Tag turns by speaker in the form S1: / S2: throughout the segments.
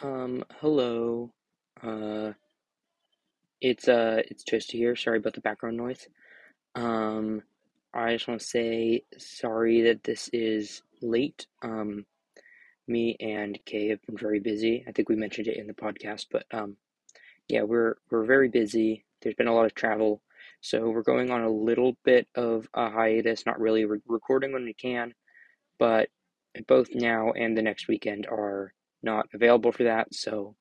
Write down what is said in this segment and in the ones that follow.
S1: Um, hello. Uh, it's uh, it's Toasty here. Sorry about the background noise. Um, I just want to say sorry that this is late. Um, me and Kay have been very busy. I think we mentioned it in the podcast, but um, yeah, we're we're very busy. There's been a lot of travel, so we're going on a little bit of a hiatus. Not really re- recording when we can, but both now and the next weekend are not available for that. So.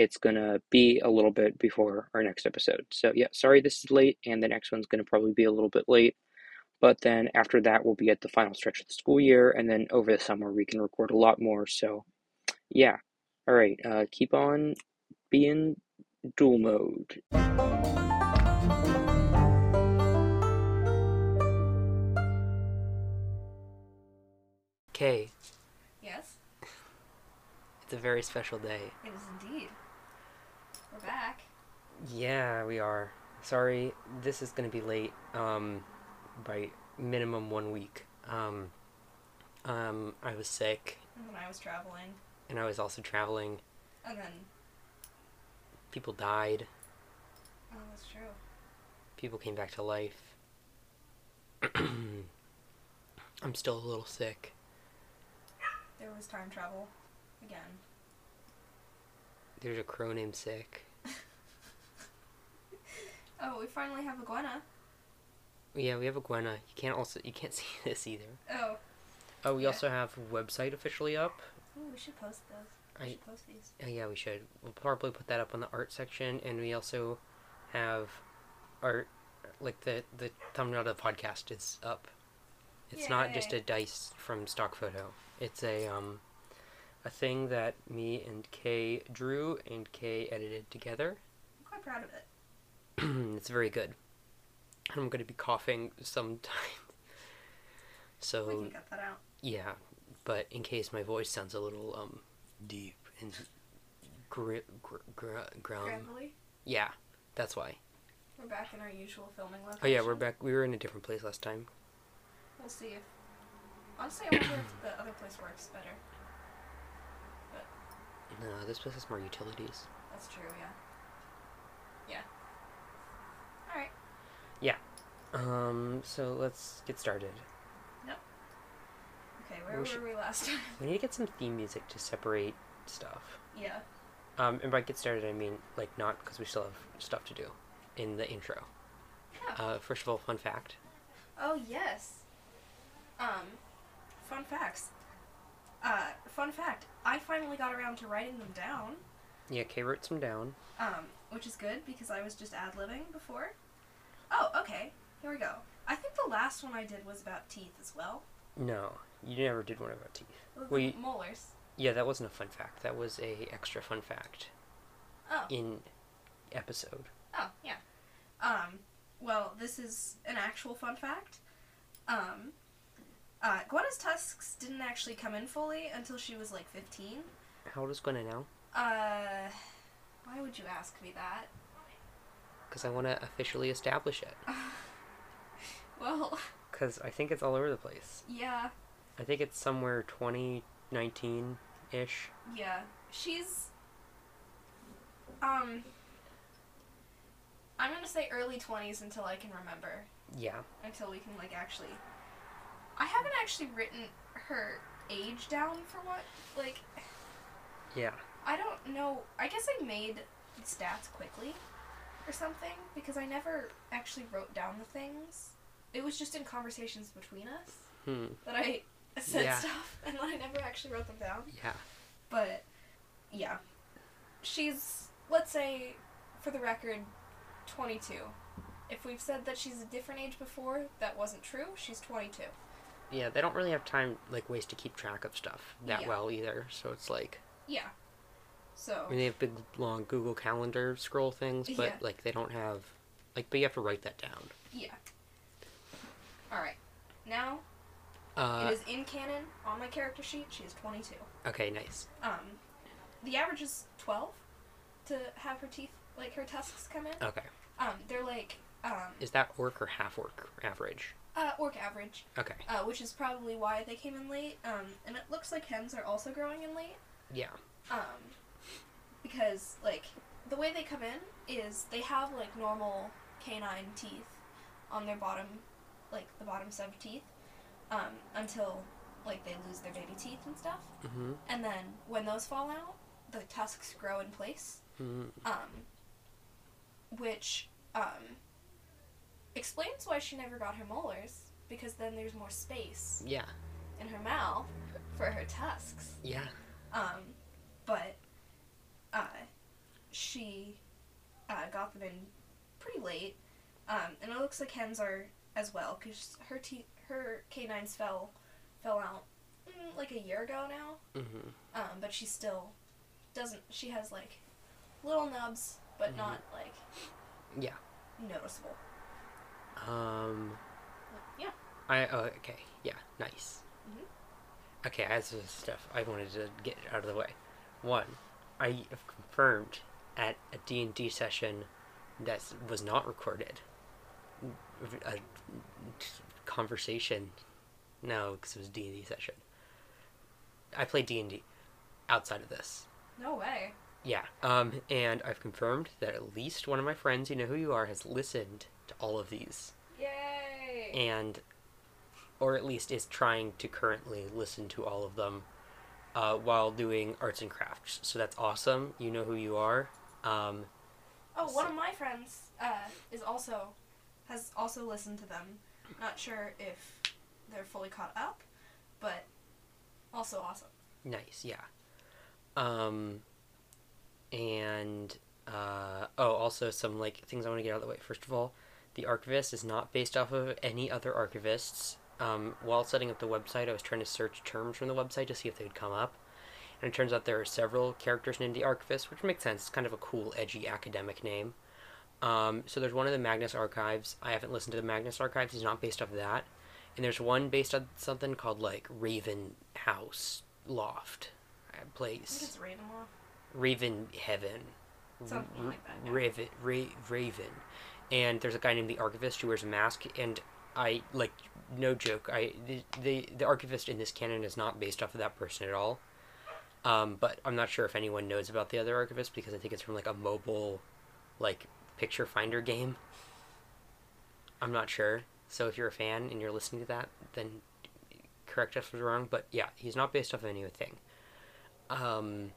S1: it's gonna be a little bit before our next episode. So yeah, sorry this is late, and the next one's gonna probably be a little bit late. But then after that, we'll be at the final stretch of the school year, and then over the summer we can record a lot more. So yeah, all right, uh, keep on being dual mode. Kay,
S2: Yes,
S1: it's a very special day.
S2: it is indeed. We're back.
S1: Yeah, we are. Sorry, this is gonna be late. Um, by minimum one week. Um, um, I was sick,
S2: And when I was traveling,
S1: and I was also traveling.
S2: and Oh, then
S1: People died.
S2: oh, that's true.
S1: people came back to life. I'm still a little sick.
S2: There was time travel again.
S1: There's a crow named Sick.
S2: Oh, we finally have a Gwenna.
S1: Yeah, we have a Gwenna. You can't also you can't see this either.
S2: Oh,
S1: Oh, we
S2: Yeah.
S1: also have a website officially up.
S2: Ooh, we should post those. We
S1: I
S2: should post these.
S1: oh, yeah, we should. We'll probably put that up on the art section, and we also have art like the the thumbnail of the podcast is up. It's not just
S2: Yay.
S1: a dice from stock photo. It's a um a thing that me and Kay drew and Kay edited together.
S2: I'm quite proud of it.
S1: it's very good. I'm going to be coughing sometime.
S2: We
S1: So,
S2: can cut that out.
S1: yeah, but in case my voice sounds a little um deep and gri- gr- gr- grum.
S2: Gravelly.
S1: Yeah, that's why.
S2: We're back in our usual filming location.
S1: Oh yeah, we're back. We were in a different place last time.
S2: We'll see if. Honestly, I wonder if the other place works better.
S1: No, uh, this place has more utilities.
S2: That's true. Yeah. Yeah. All right.
S1: Um, so let's get started.
S2: Okay. Where
S1: We
S2: were
S1: should-
S2: we last time?
S1: We need to get some theme music to separate stuff.
S2: yeah.
S1: Um, and by get started, I mean like not because we still have stuff to do in the intro.
S2: Yeah.
S1: Uh, first of all, fun fact.
S2: Oh yes. Um, fun facts. Uh, fun fact. I finally got around to writing them down.
S1: Yeah, Kay wrote some down.
S2: Um, which is good because I was just ad libbing before. Oh, okay. Here we go. I think the last one I did was about teeth as well.
S1: No, you never did one about teeth.
S2: The
S1: Wait.
S2: molars.
S1: Yeah, that wasn't a fun fact. That was a extra fun fact
S2: Oh.
S1: in episode.
S2: Oh yeah. Um, well, this is an actual fun fact. Um, uh, Gwenna's tusks didn't actually come in fully until she was like fifteen.
S1: How old is Gwenna now?
S2: Uh, why would you ask me that?
S1: Because I want to officially establish it.
S2: Well,
S1: Because I think it's all over the place.
S2: yeah,
S1: I think it's somewhere 2019 ish.
S2: yeah. She's um I'm going to say early 20s until I can remember,
S1: Yeah.
S2: until we can like actually I haven't actually written her age down for what like
S1: Yeah.
S2: I don't know. I guess I made stats quickly or something because I never actually wrote down the things. It was just in conversations between us
S1: Hmm.
S2: that I said
S1: Yeah.
S2: stuff and I never actually wrote them down.
S1: Yeah.
S2: But yeah, she's let's say for the record 22. If we've said that she's a different age before, that wasn't true. She's 22.
S1: Yeah, they don't really have time, like, ways to keep track of stuff that
S2: Yeah.
S1: well either. So it's like,
S2: Yeah. So
S1: I mean, they have big, long Google Calendar scroll things, but,
S2: Oh. Yeah.
S1: like, they don't have, like, but you have to write that down.
S2: yeah. All right. Now
S1: Uh,
S2: it is in canon on my character sheet. She is 22.
S1: okay, nice.
S2: Um, the average is 12 to have her teeth like her tusks come in.
S1: Okay.
S2: Um, they're like um
S1: Is that orc or half orc average?
S2: uh, orc average.
S1: Okay.
S2: uh, which is probably why they came in late. Um, and it looks like hens are also growing in late.
S1: Yeah.
S2: Um, because like the way they come in is they have like normal canine teeth on their bottom, like the bottom set of teeth, um, until like they lose their baby teeth and stuff,
S1: Mm-hmm.
S2: and then when those fall out, the tusks grow in place,
S1: Mm-hmm.
S2: um, which um, explains why she never got her molars because then there's more space
S1: Yeah.
S2: in her mouth for her tusks.
S1: Yeah.
S2: Um, but uh, she uh, got them in pretty late, um, and it looks like hens are as well because her te- her canines fell fell out mm, like a year ago now.
S1: Mm-hmm.
S2: Um, but she still doesn't. She has like little nubs, but
S1: Mhm.
S2: not like
S1: Yeah.
S2: noticeable.
S1: Um.
S2: Yeah.
S1: I oh, okay. Yeah. Nice.
S2: Mhm.
S1: Okay. I have some stuff I wanted to get out of the way. One, I have confirmed at a D and D session that was not recorded. A conversation. No, because it was D and D session. I play D and D outside of this.
S2: No way.
S1: Yeah. Um, and I've confirmed that at least one of my friends, you know who you are, has listened to all of these
S2: Yay.
S1: and or at least is trying to currently listen to all of them uh, while doing arts and crafts. So that's awesome. You know who you are. Um,
S2: Oh, one of my friends uh, is also has also listened to them. Not sure if they're fully caught up, but also awesome.
S1: nice, yeah. Um, and uh, oh, also some like things I want to get out of the way. First of all, the archivist is not based off of any other archivists. Um, while setting up the website, I was trying to search terms from the website to see if they would come up. And it turns out there are several characters named the Archivist, which makes sense. It's kind of a cool, edgy academic name. Um, so there's one of the Magnus Archives. I haven't listened to the Magnus Archives. It's not based off of that. And there's one based on something called like Raven House Loft uh,
S2: I think
S1: place,
S2: it's Ravenloft.
S1: Raven Heaven,
S2: Something like that, yeah.
S1: Raven, Ra- Raven. And there's a guy named the Archivist who wears a mask. And I like no joke. I the the, the Archivist in this canon is not based off of that person at all. Um, but I'm not sure if anyone knows about the other archivist because I think it's from like a mobile, like picture finder game. I'm not sure. So if you're a fan and you're listening to that, then correct us if we're wrong. But yeah, he's not based off of anything. Um,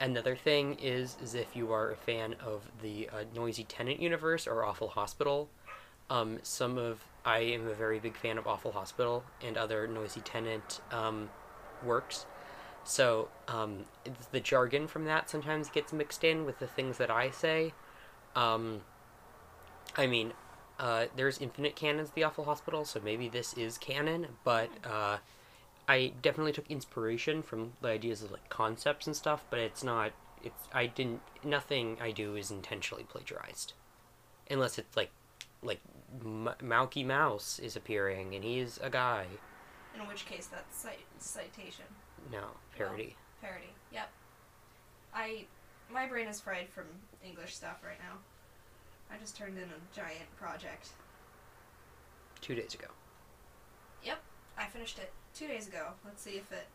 S1: another thing is is if you are a fan of the uh, Noisy Tenant universe or Awful Hospital, um, some of I am a very big fan of Awful Hospital and other Noisy Tenant um, works. So um, it's- the jargon from that sometimes gets mixed in with the things that I say. Um, I mean, uh, there's infinite canons at the Awful Hospital, so maybe this is canon, but uh, I definitely took inspiration from the ideas of like concepts and stuff, but it's not. It's I didn't. Nothing I do is intentionally plagiarized, unless it's like, like M- Malky Mouse is appearing and he's a guy.
S2: In which case, that's cit- citation
S1: No parody.
S2: parody. Yep. I my brain is fried from English stuff right now. I just turned in a giant project.
S1: Two days ago.
S2: I finished it two days ago. Let's see if it,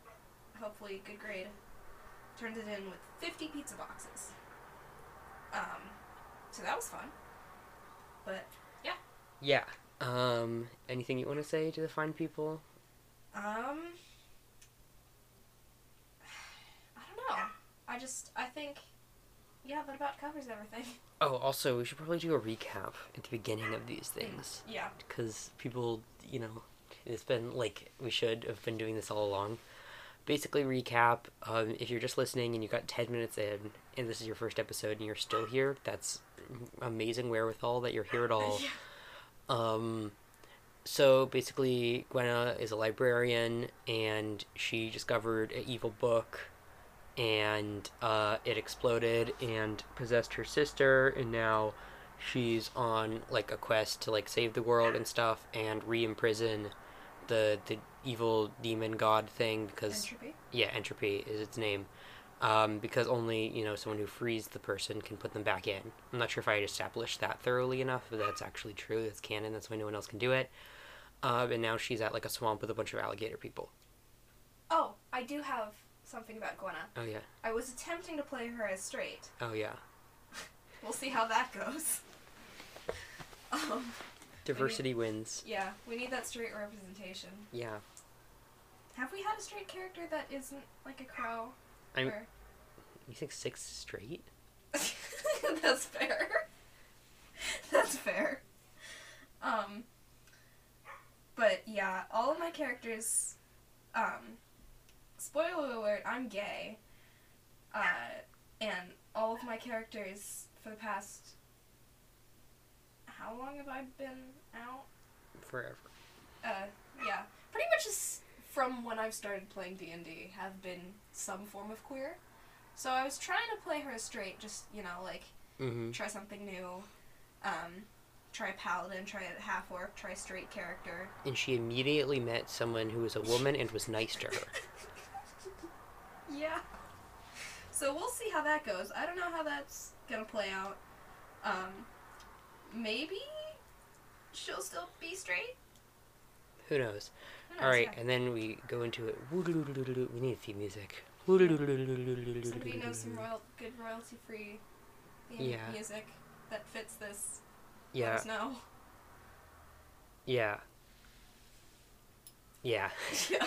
S2: hopefully, good grade. Turned it in with 50 pizza boxes. Um, so that was fun. But
S1: Yeah. Um. Anything you want to say to the fine people?
S2: um, I don't know. I just I think, yeah, that about covers everything.
S1: Oh, also, we should probably do a recap at the beginning of these things
S2: Yeah.
S1: because people, you know, it's been like we should have been doing this all along. Basically, recap. Um, if you're just listening and you got ten minutes in, and this is your first episode, and you're still here, that's amazing wherewithal that you're here at all.
S2: Yeah.
S1: Um, so basically, Gwenna is a librarian, and she discovered an evil book, and uh, it exploded and possessed her sister, and now she's on like a quest to like save the world and stuff, and re-imprison the the evil demon god thing because
S2: Entropy.
S1: yeah, entropy is its name. Um, because only, you know, someone who frees the person can put them back in. I'm not sure if I had established that thoroughly enough, but that's actually true. That's canon. That's why no one else can do it. Um, and now she's at like a swamp with a bunch of alligator people.
S2: Oh, I do have something about Gwenna.
S1: Oh yeah.
S2: I was attempting to play her as straight.
S1: Oh yeah.
S2: We'll see how that goes. Um,
S1: Diversity wins.
S2: yeah, we need that straight representation.
S1: Yeah.
S2: Have we had a straight character that isn't like a crow?
S1: I'm-
S2: Or-
S1: You think six straight?
S2: That's fair. That's fair. Um, but yeah, all of my characters. Um, spoiler alert: I'm gay. Uh, and all of my characters for the past. How long have I been out?
S1: Forever.
S2: Uh, yeah, pretty much just from when I've started playing D and D, have been some form of queer. So I was trying to play her as straight, just you know, like
S1: Mm-hmm.
S2: try something new, um, try paladin, try a half orc, try straight character.
S1: And she immediately met someone who was a woman and was nice to her.
S2: Yeah. So we'll see how that goes. I don't know how that's gonna play out. Um, maybe she'll still be straight.
S1: Who knows?
S2: Who knows,
S1: All right,
S2: yeah.
S1: and then we go into it. We need theme music.
S2: Somebody knows some royal, good royalty-free theme
S1: Yeah.
S2: music that fits this. Let
S1: Yeah,
S2: us know.
S1: yeah, yeah.
S2: yeah.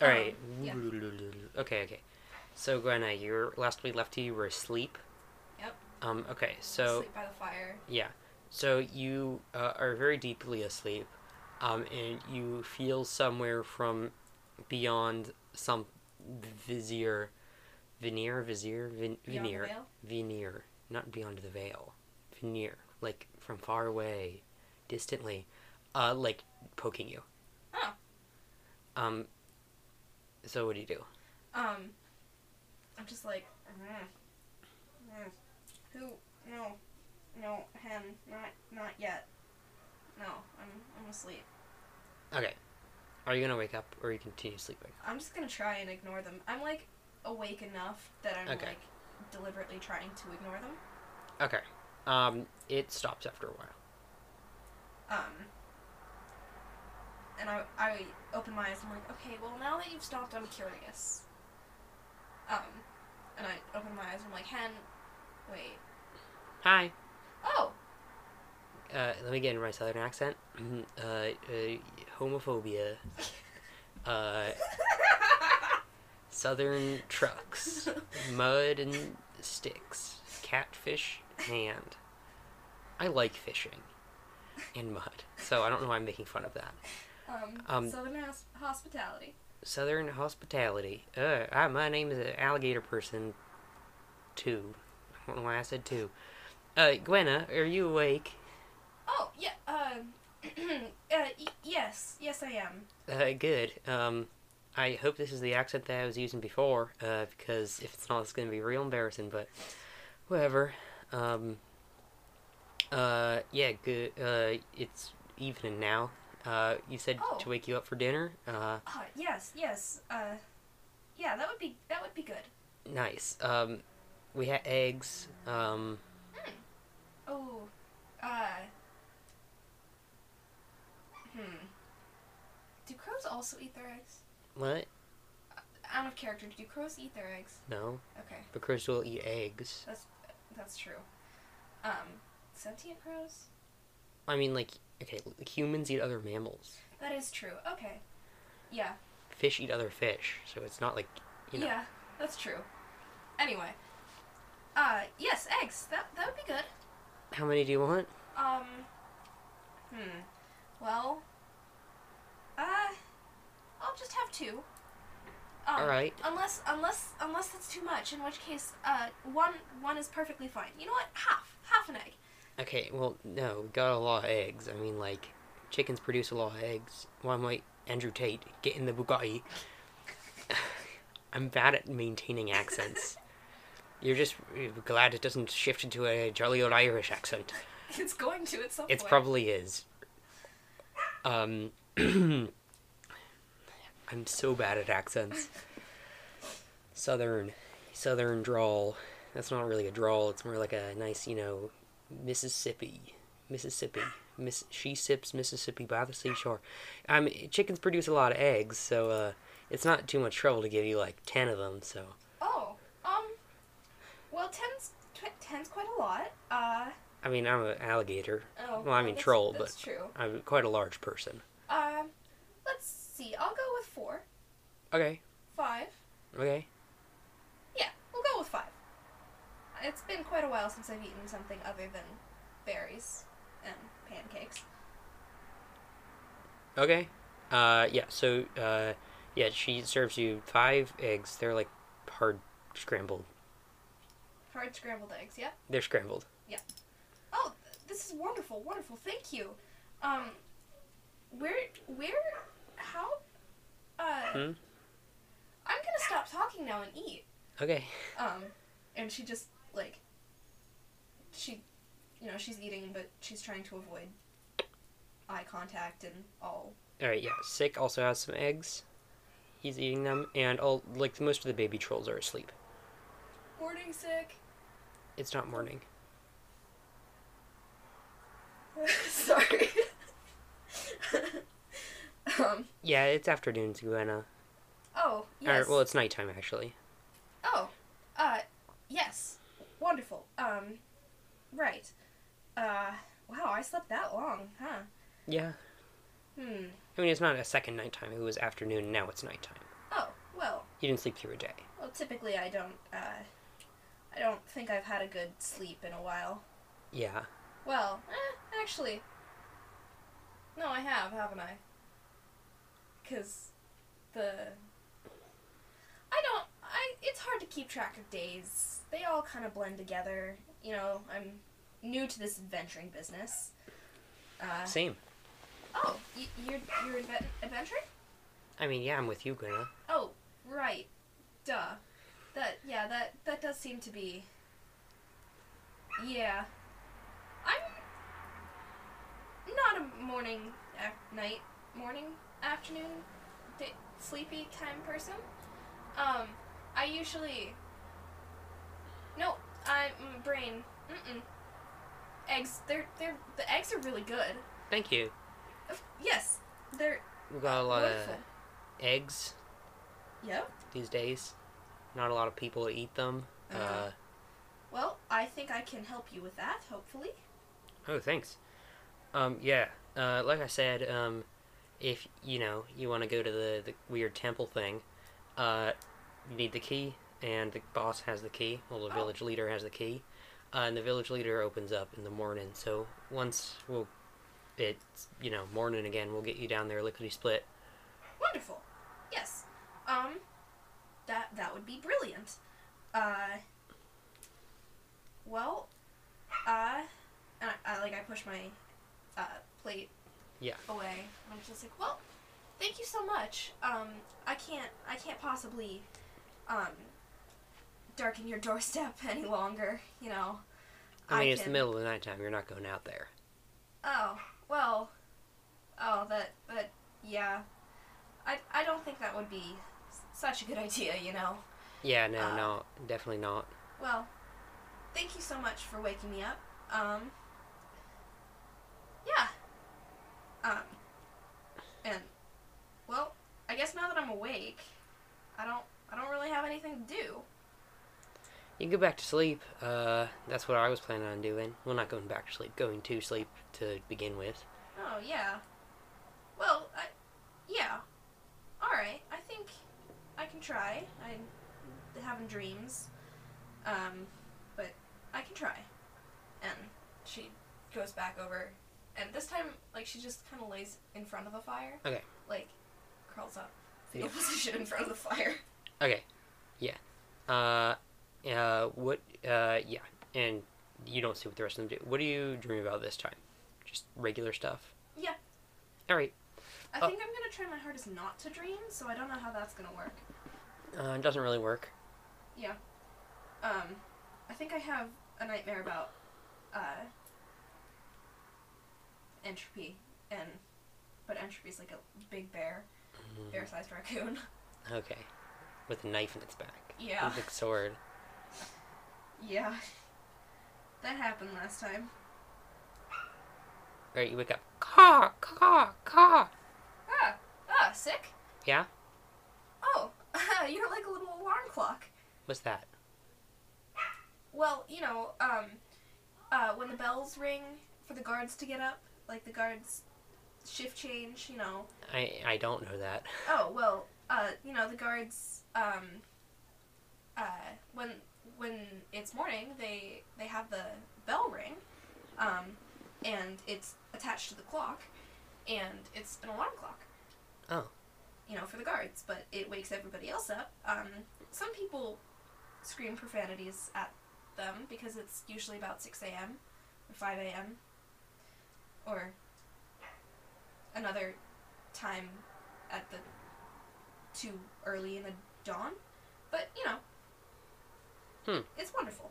S1: All
S2: Um,
S1: right.
S2: yeah.
S1: Okay, okay. So Gwenna, your last we left you, you were asleep.
S2: Yep.
S1: Um. Okay. So
S2: Sleep by the fire.
S1: yeah. So you uh, are very deeply asleep, um, and you feel somewhere from beyond some vizier, veneer, vizier, vin-
S2: Beyond the
S1: veneer.
S2: veil?
S1: veneer, not beyond the veil, veneer, like from far away, distantly, uh, like poking you.
S2: Oh.
S1: Um. So what do you do?
S2: Um, I'm just like, "Mm, mm, who? No, no, hen, not, not yet. No, I'm, I'm asleep.
S1: Okay. Are you gonna wake up or you continue sleeping?
S2: I'm just gonna try and ignore them. I'm like awake enough that I'm
S1: Okay.
S2: like deliberately trying to ignore them.
S1: Okay. Um. It stops after a while.
S2: Um, and I, I open my eyes. I'm like, okay, well now that you've stopped, I'm curious. Um, and I open my eyes. I'm like, hen, wait,
S1: Hi.
S2: oh,
S1: Uh, let me get in my southern accent. Mhm. uh, uh, homophobia. Uh, southern trucks. Mud and sticks. Catfish hand. I like fishing. And mud. So I don't know why I'm making fun of that.
S2: Um,
S1: Um,
S2: Southern hos- hospitality.
S1: Southern hospitality. Uh, I, my name is an alligator person. Two. I don't know why I said two. Uh, Gwenna, are you awake?
S2: Oh yeah. Um. uh, y- yes, yes, I am.
S1: Uh, good. Um, I hope this is the accent that I was using before, uh, because if it's not, it's going to be real embarrassing, but whatever. Um, uh, yeah, good. Uh, it's evening now. Uh, you said
S2: Oh.
S1: to wake you up for dinner? Uh,
S2: Uh, yes, yes. Uh, yeah, that would be that would be good.
S1: nice. Um, we had eggs. Um,
S2: Oh, uh. Hmm. Do crows also eat their eggs?
S1: what?
S2: Out of character, do crows eat their eggs?
S1: No.
S2: Okay,
S1: But crows will eat eggs.
S2: that's true. Um, sentient crows?
S1: I mean, like, okay, like, humans eat other mammals.
S2: That is true. Okay. Yeah.
S1: Fish eat other fish, so it's not like, you know.
S2: Yeah, that's true. Anyway, uh, yes, eggs. That that would be good.
S1: How many do you want?
S2: Um, hmm. Well, uh, I'll just have two. Um,
S1: All right.
S2: Unless unless unless that's too much, in which case, uh, one one is perfectly fine. You know what? Half half an egg.
S1: Okay, well, no, we got a lot of eggs. I mean, like, chickens produce a lot of eggs. Why might Andrew Tate get in the Bugatti? I'm bad at maintaining accents. You're just glad it doesn't shift into a jolly old Irish accent.
S2: It's going to at some
S1: It
S2: point.
S1: probably is. Um, I'm so bad at accents. Southern, southern drawl. That's not really a drawl. It's more like a nice, you know, Mississippi, Mississippi. Miss she sips Mississippi by the seashore. I mean, chickens produce a lot of eggs, so uh, It's not too much trouble to give you like ten of them. So
S2: Oh, um, well, ten's tw- ten's quite a lot. Uh,
S1: I mean, I'm an alligator.
S2: oh,
S1: Well, I mean
S2: that's-
S1: troll,
S2: That's true.
S1: I'm quite a large person.
S2: Um, let's see. I'll go with four,
S1: Okay.
S2: five.
S1: Okay.
S2: Yeah, we'll go with five. It's been quite a while since I've eaten something other than berries and pancakes.
S1: Okay. Uh, yeah. So, uh, yeah, she serves you five eggs. They're like hard scrambled.
S2: Hard scrambled eggs. Yep.
S1: They're scrambled.
S2: Oh, th- this is wonderful, wonderful. Thank you. Um, where, where, how? Uh,
S1: Hmm?
S2: I'm gonna stop talking now and eat.
S1: Okay.
S2: Um, and she just like, she, you know, she's eating, but she's trying to avoid eye contact and all.
S1: All right. Yeah. Sick also has some eggs. He's eating them, and all like most of the baby trolls are asleep.
S2: Morning sick.
S1: It's not morning.
S2: Sorry. um.
S1: Yeah, it's afternoon, Gwenna.
S2: Oh
S1: Or,
S2: yes.
S1: well, it's nighttime actually.
S2: Oh, uh, yes. Wonderful. Um, right. Uh, wow, I slept that long, huh?
S1: Yeah.
S2: Hmm.
S1: I mean, it's not a second nighttime. It was afternoon. Now it's nighttime.
S2: Oh, well,
S1: You didn't sleep through a day.
S2: well, typically I don't, uh, I don't think I've had a good sleep in a while.
S1: Yeah.
S2: Well, eh, actually. No, I have, haven't I? Because the. I don't. I. It's hard to keep track of days. They all kind of blend together. You know, I'm new to this adventuring business. Uh,
S1: Same.
S2: oh, y- you're you're adve- adventuring?
S1: I mean, yeah, I'm with you, Gwenna.
S2: Oh, right. Duh. That yeah, that that does seem to be Yeah. I'm not a morning ac- night morning afternoon day, sleepy time person. Um I usually No, I my brain. Mm-mm. Eggs they're they're the eggs are really good.
S1: Thank you.
S2: Of- Yes, they're
S1: We got a lot
S2: wonderful.
S1: of eggs
S2: Yep.
S1: these days. Not a lot of people eat them. Uh,
S2: Uh-huh. Well, I think I can help you with that, hopefully.
S1: oh, thanks. Um, yeah. Uh, like I said, um, if you know you want to go to the, the weird temple thing, uh, you need the key, and the boss has the key. Well, the
S2: Oh.
S1: village leader has the key, uh, and the village leader opens up in the morning. So once we'll, it's you know morning again. We'll get you down there lickety split.
S2: Wonderful. Yes. Um that that would be brilliant. Uh Well, uh and I, I like I push my uh plate
S1: Yeah.
S2: away. I'm just like, "Well, thank you so much. Um I can't I can't possibly um darken your doorstep any longer, you know."
S1: I mean,
S2: I
S1: it's the
S2: can-
S1: middle of the nighttime. You're not going out there.
S2: Oh, well. Oh, that that yeah. I I don't think that would be s- such a good idea, you know.
S1: Yeah. No.
S2: Uh,
S1: no. Definitely not.
S2: Well, thank you so much for waking me up. Um Yeah. Um and well, I guess now that I'm awake, I don't I don't really have anything to do.
S1: You can go back to sleep. Uh, that's what I was planning on doing. Well, not going back to sleep, going to sleep to begin with.
S2: Oh, yeah. Well, I, yeah. All right. I think I can try. I'm having dreams. Um, but I can try. And she goes back over, and this time, like, she just kind of lays in front of the fire.
S1: Okay.
S2: Like, curls up. Fetal
S1: Yeah.
S2: position in front of the fire.
S1: Okay, yeah. Uh, uh, what? Uh, yeah. And you don't see what the rest of them do. What do you dream about this time? Just regular stuff.
S2: Yeah.
S1: All right.
S2: I
S1: Oh.
S2: think I'm gonna try my hardest not to dream, so I don't know how that's gonna work.
S1: Uh, it doesn't really work.
S2: Um, I think I have a nightmare about uh, entropy, and but entropy's like a big bear, bear-sized raccoon.
S1: Okay. With a knife in its back.
S2: Yeah,
S1: With a sword.
S2: yeah, that happened last time.
S1: All right. You wake up. Caw, caw, caw.
S2: Ah, ah, sick.
S1: Yeah?
S2: Yeah, you're like a little alarm clock.
S1: What's that?
S2: Well, you know, um, uh, when the bells ring for the guards to get up, like the guards shift change, you know.
S1: I I don't know that.
S2: Oh well, uh, you know the guards. Um, uh, when when it's morning, they they have the bell ring, um, and it's attached to the clock, and it's an alarm clock.
S1: Oh.
S2: You know, for the guards, but it wakes everybody else up. Um, some people scream profanities at them because it's usually about six a.m. or five a.m. or another time at the too early in the dawn. But you know,
S1: Hmm.
S2: it's wonderful.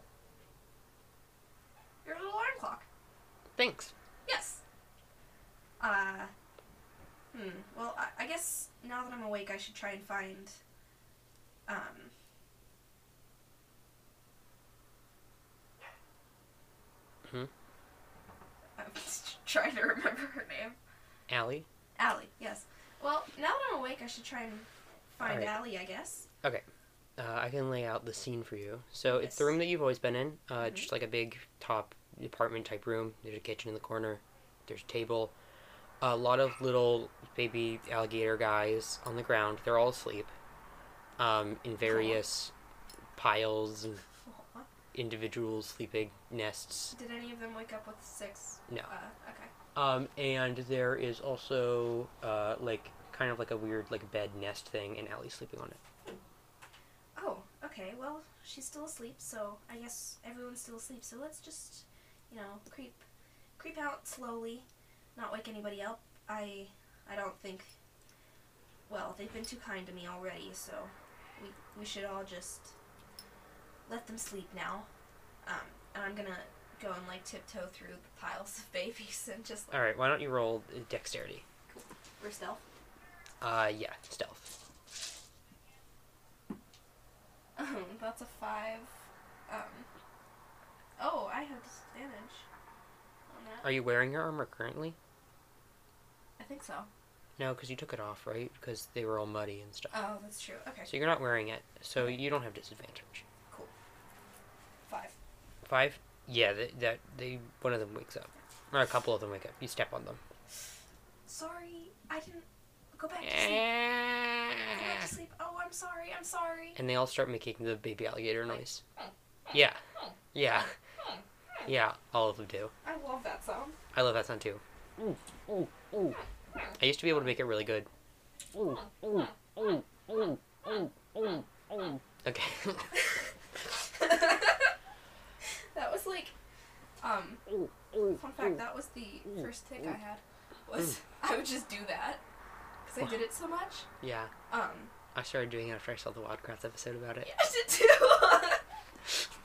S2: Your little alarm clock.
S1: Thanks.
S2: Yes. Uh. Hmm. Well, I, I guess now that I'm awake, I should try and find. Um.
S1: Hmm?
S2: I'm trying to remember her name.
S1: Allie.
S2: Allie, yes. Well, now that I'm awake, I should try and find
S1: Alright.
S2: Allie, I guess.
S1: Uh, I can lay out the scene for you. So it's the
S2: Yes.
S1: room that you've always been in. Uh,
S2: Mhm.
S1: Just like a big top apartment type room. There's a kitchen in the corner. There's a table. A lot of little baby alligator guys on the ground. They're all asleep. Um, in various piles and
S2: Aw.
S1: individual sleeping nests.
S2: Did any of them wake up with six?
S1: No.
S2: Uh, okay.
S1: Um, and there is also uh, like kind of like a weird like bed nest thing, and Allie's sleeping on it.
S2: Oh, okay. Well, she's still asleep, so I guess everyone's still asleep. So let's just, you know, creep, creep out slowly, not wake anybody up. I, I don't think. Well, they've been too kind to me already, so we we should all just let them sleep now. Um, and I'm gonna go and like tiptoe through the piles of babies and just like
S1: All right, why don't you roll dexterity?
S2: we're stealth.
S1: Uh, yeah, stealth.
S2: Um, that's a five. Um. Oh, I have disadvantage on that.
S1: Are you wearing your armor currently?
S2: I think so.
S1: No, because you took it off, right? Because they were all muddy and stuff.
S2: Oh, that's true. Okay.
S1: So you're not wearing it, so you don't have disadvantage.
S2: Five.
S1: Five. Yeah, that, that they one of them wakes up, or a couple of them wake up. You step on them.
S2: Sorry, I didn't. Go back to sleep. Go back to
S1: And
S2: sleep. Oh, I'm sorry. I'm sorry.
S1: they all start making the baby alligator noise. Yeah, yeah, yeah. All of them do.
S2: I love that sound.
S1: I love that sound too. Ooh, ooh, ooh. I used to be able to make it really good. Ooh, ooh, ooh, ooh, ooh, ooh, ooh. Okay.
S2: that was like, um,
S1: Ooh, ooh,
S2: fun
S1: ooh.
S2: fact. That was the first tick I had. Was I would just do that because I did it so much.
S1: Yeah,
S2: Um,
S1: I started doing it after I saw the Wildcrafts episode about it.
S2: yeah, I did too.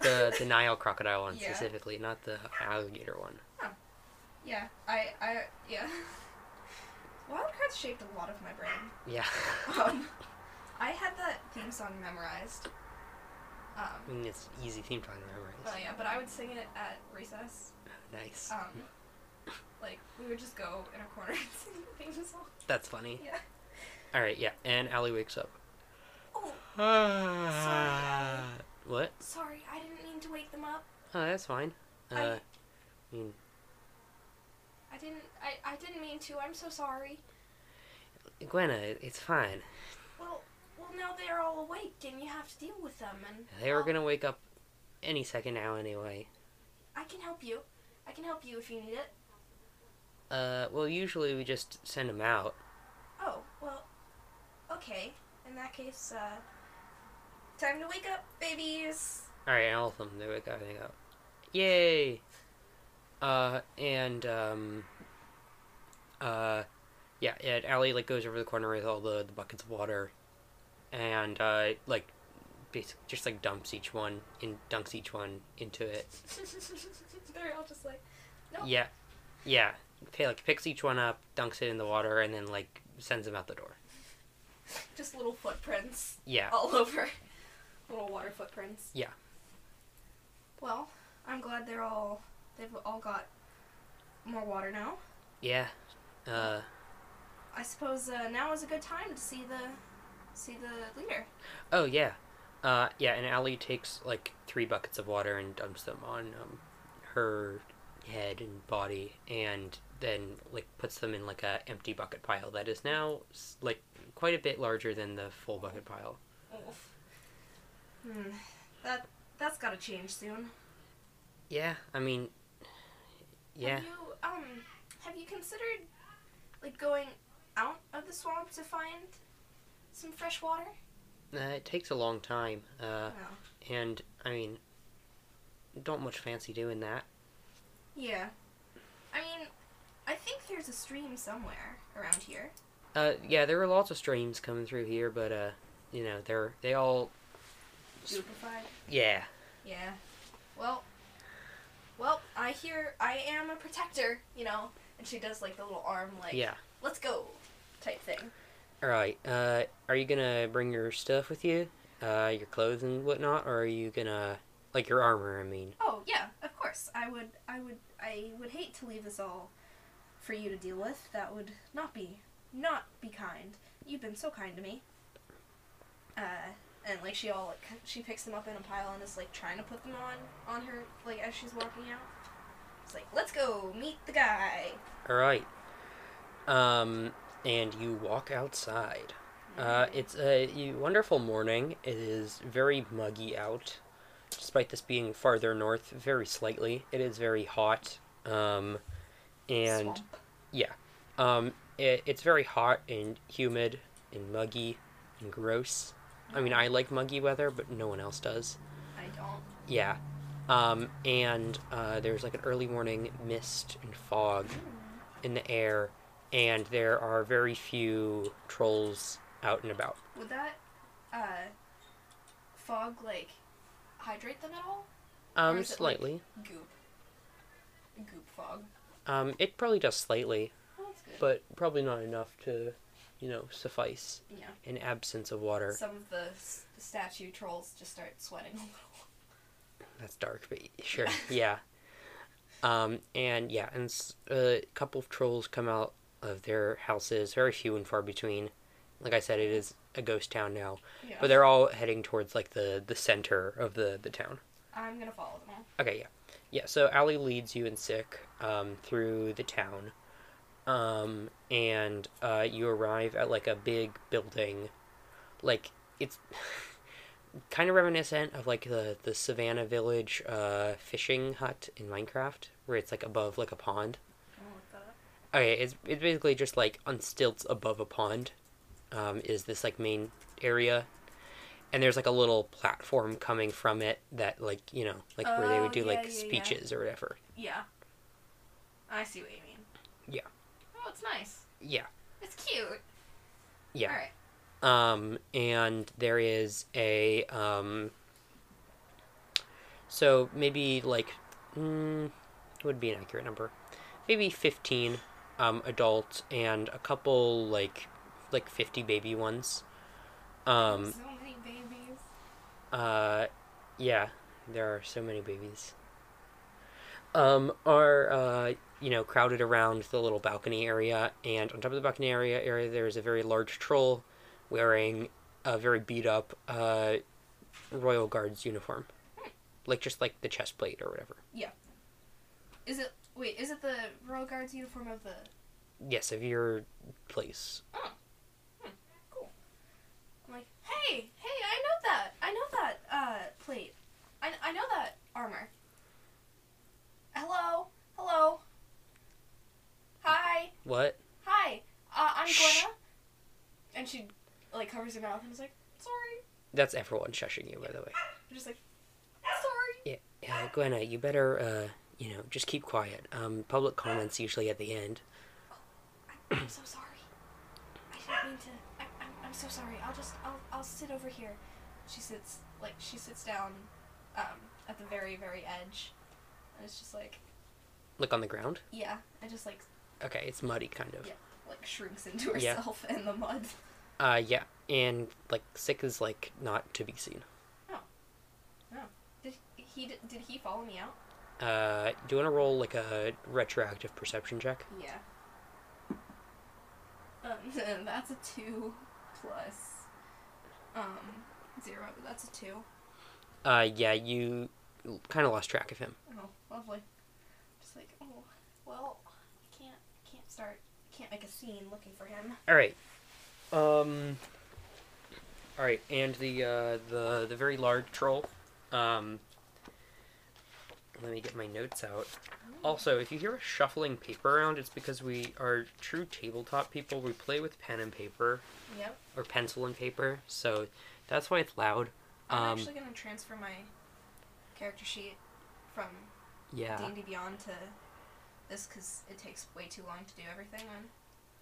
S1: The the Nile crocodile one
S2: Yeah.
S1: specifically, not the alligator one.
S2: Yeah, I, I, yeah. Wildcats shaped a lot of my brain.
S1: Yeah.
S2: Um, I had that theme song memorized.
S1: I
S2: Um,
S1: mean, it's easy theme song to
S2: well,
S1: memorize.
S2: Oh, yeah, but I would sing it at recess.
S1: Nice.
S2: Um, like we would just go in a corner and sing the theme song.
S1: That's funny.
S2: Yeah.
S1: All right, yeah. And Allie wakes up.
S2: Oh,
S1: Ah. what?
S2: sorry, I didn't mean to wake them up.
S1: Oh, that's fine. Uh,
S2: I-
S1: I mean,
S2: I didn't. I, I didn't mean to. I'm so sorry.
S1: Gwenna, it- it's fine.
S2: Well, well, now they're all awake, and you have to deal with them. And
S1: They were
S2: I'll-
S1: gonna wake up any second now anyway.
S2: I can help you. I can help you if you need it.
S1: Uh, well, usually we just send them out.
S2: Oh, well, okay. In that case, uh, time to wake up, babies.
S1: All right, all of them. They wake up. They go, yay! Uh, and um, uh, yeah. And Allie like goes over the corner with all the, the buckets of water, and uh, like, basically just like dumps each one and dunks each one into it.
S2: They're all just like, nope.
S1: Yeah, yeah. P- like picks each one up, dunks it in the water, and then like sends them out the door.
S2: just little footprints
S1: Yeah.
S2: all over. little water footprints.
S1: Yeah.
S2: Well, I'm glad they're all, they've all got more water now.
S1: Yeah. Uh,
S2: I suppose uh, now is a good time to see the see the leader.
S1: Oh yeah, uh, yeah. And Allie takes like three buckets of water and dumps them on um, her head and body, and then like puts them in like a empty bucket pile that is now s- like quite a bit larger than the full bucket pile.
S2: Oof. Hmm. That that's gotta change soon.
S1: Yeah, I mean, yeah.
S2: Have you um have you considered like going out of the swamp to find some fresh water?
S1: Uh, it takes a long time, uh,
S2: No.
S1: and I mean, don't much fancy doing that.
S2: Yeah. I mean, I think there's a stream somewhere around here.
S1: Uh, yeah, there are lots of streams coming through here, but uh, you know, they're they all
S2: Stupefied.
S1: yeah.
S2: Yeah. Well. Well, I hear I am a protector, you know, and she does like the little arm, like
S1: Yeah.
S2: let's go, type thing.
S1: All right. Uh, are you gonna bring your stuff with you, uh, your clothes and whatnot, or are you gonna like your armor? I mean,
S2: Oh yeah, of course. I would, I would, I would hate to leave this all for you to deal with. That would not be, not be kind. You've been so kind to me. Uh, and like she all, like, she picks them up in a pile and is like trying to put them on, on her, like as she's walking out. It's like, let's go meet the guy.
S1: all right. Um, and you walk outside. Uh, it's a wonderful morning. It is very muggy out, despite this being farther north, very slightly. It is very hot. Um, and
S2: Swamp.
S1: Um, it, it's very hot and humid and muggy and gross. I mean, I like muggy weather, but no one else does.
S2: I don't.
S1: Yeah. Um, and uh, there's like an early morning mist and fog in the air, and there are very few trolls out and about.
S2: Would that, uh, fog like hydrate them at all? Or
S1: Um,
S2: is it, like-
S1: slightly.
S2: Goop. Goop fog.
S1: Um, it probably does slightly,
S2: Oh, that's good.
S1: but probably not enough to, you know, suffice
S2: yeah.
S1: an absence of water.
S2: Some of the s- statue trolls just start sweating a little.
S1: That's dark, but sure, yeah. Um, and yeah, and s- a couple of trolls come out of their houses, very few and far between. Like I said, it is a ghost town now,
S2: Yeah.
S1: but they're all heading towards like the the center of the the town.
S2: I'm gonna follow them all.
S1: Okay, yeah, yeah. So Allie leads you and Sick um, through the town, um, and uh, you arrive at like a big building, like it's kind of reminiscent of like the the Savannah Village uh, fishing hut in Minecraft, where it's like above like a pond.
S2: I'm gonna look that up.
S1: Okay, it's it's basically just like on stilts above a pond, um, is this like main area. And there's like a little platform coming from it that like you know like where they would
S2: Oh,
S1: do
S2: yeah,
S1: like
S2: yeah, yeah.
S1: speeches or whatever.
S2: Yeah. I see what you mean.
S1: Yeah.
S2: Oh, it's nice.
S1: Yeah,
S2: It's cute.
S1: yeah.
S2: All right.
S1: Um, and there is a um. So maybe like, mm, would be an accurate number, maybe fifteen, um, adults and a couple like, like fifty baby ones, um,
S2: so many babies.
S1: uh, yeah, there are so many babies. Um, are uh, you know, crowded around the little balcony area, and on top of the balcony area area, there is a very large troll wearing a very beat up uh, royal guards uniform, like just like the chest plate or whatever.
S2: Is it? Wait, is it the royal guard's uniform of the?
S1: Yes, of your place.
S2: I'm like, hey, hey, I know that. I know that uh plate. I I know that armor. Hello, hello. Hi.
S1: What?
S2: Hi, uh, I'm
S1: Shh.
S2: Gwenna. And she like covers her mouth and is like, sorry.
S1: That's everyone shushing you, by the way.
S2: I'm just like, sorry.
S1: Yeah, Gwenna, you better uh, you know, just keep quiet. Um, public comments usually at the end.
S2: I- I'm so sorry. I didn't mean to. I, I'm, I'm so sorry. I'll just, I'll, I'll sit over here. She sits, like, she sits down um, at the very, very edge. And it's just like,
S1: Look on the ground.
S2: yeah. And just like,
S1: Okay, it's muddy, kind of.
S2: Yeah. like shrinks into
S1: Yeah.
S2: herself in the mud.
S1: Uh, yeah, and like sick is like not to be seen.
S2: Did he, did he follow me out?
S1: Uh, do you want to roll like a retroactive perception check?
S2: Yeah. Um, that's a two plus Um, zero. That's a two.
S1: Uh, yeah, you kind of lost track of him.
S2: Oh, lovely. Just like, oh, well, I can't, I can't start, I can't make a scene looking for him.
S1: All right. Um. All right, and the uh, the the very large troll. Um. Let me get my notes out. Also, if you hear us shuffling paper around, it's because we are true tabletop people. We play with pen and paper
S2: Yep.
S1: or pencil and paper, so that's why it's loud.
S2: I'm
S1: Um,
S2: actually gonna transfer my character sheet from
S1: yeah,
S2: D and D Beyond to this because it takes way too long to do everything on.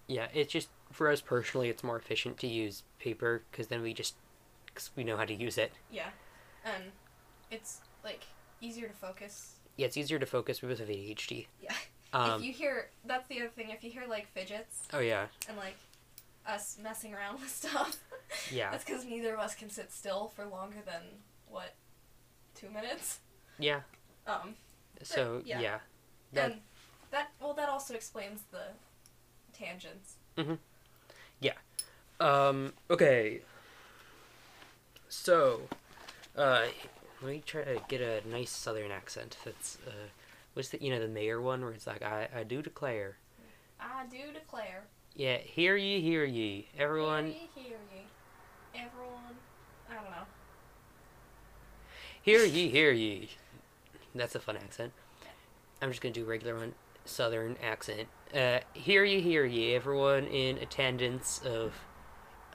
S1: yeah. It's just for us personally, it's more efficient to use paper because then we just 'cause we know how to use it.
S2: Yeah, and it's like easier to focus.
S1: Yeah, it's easier to focus. We both have ADHD.
S2: Yeah.
S1: Um,
S2: if you hear, that's the other thing. If you hear like fidgets
S1: oh yeah,
S2: and like us messing around with stuff,
S1: yeah.
S2: that's because neither of us can sit still for longer than what two minutes.
S1: Yeah.
S2: Um,
S1: So yeah.
S2: yeah.
S1: That
S2: and that well, that also explains the tangents.
S1: um okay. So uh let me try to get a nice southern accent that's uh what's the you know the mayor one where it's like I, I do declare.
S2: I do declare.
S1: Yeah, hear ye, hear ye. Everyone
S2: Hear ye, hear ye. Everyone. I don't know.
S1: hear ye, hear ye. That's a fun accent. I'm just gonna do regular one southern accent. Uh hear ye, hear ye, everyone in attendance of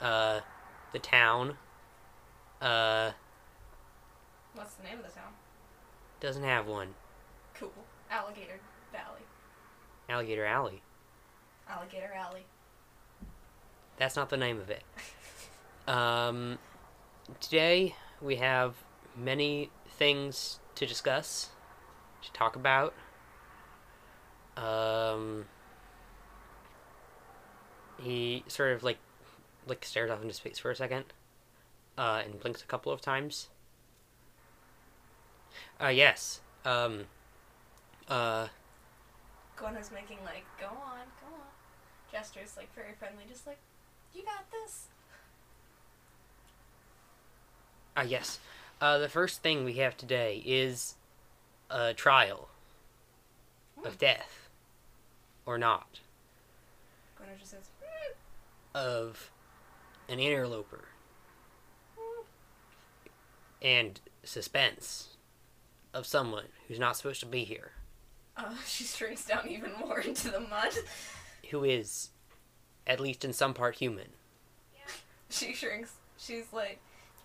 S1: uh the town. Uh
S2: What's the name of the town?
S1: doesn't have one.
S2: Cool. Alligator Valley.
S1: Alligator Alley.
S2: Alligator Alley.
S1: That's not the name of it. Um, today we have many things to discuss, to talk about. Um, he sort of like like stares off into space for a second, uh, and blinks a couple of times. Uh, yes. Um, uh,
S2: Gwenna's making like, go on, go on. Gestures like very friendly, just like, you got this.
S1: Ah, yes. Uh, the first thing we have today is a trial of death, or not,
S2: Gwenna just says, mm,
S1: of an interloper
S2: "Mm,
S1: and suspense of someone who's not supposed to be here,
S2: Uh, she shrinks down even more into the mud.
S1: who is, at least in some part, human,
S2: She shrinks. She's like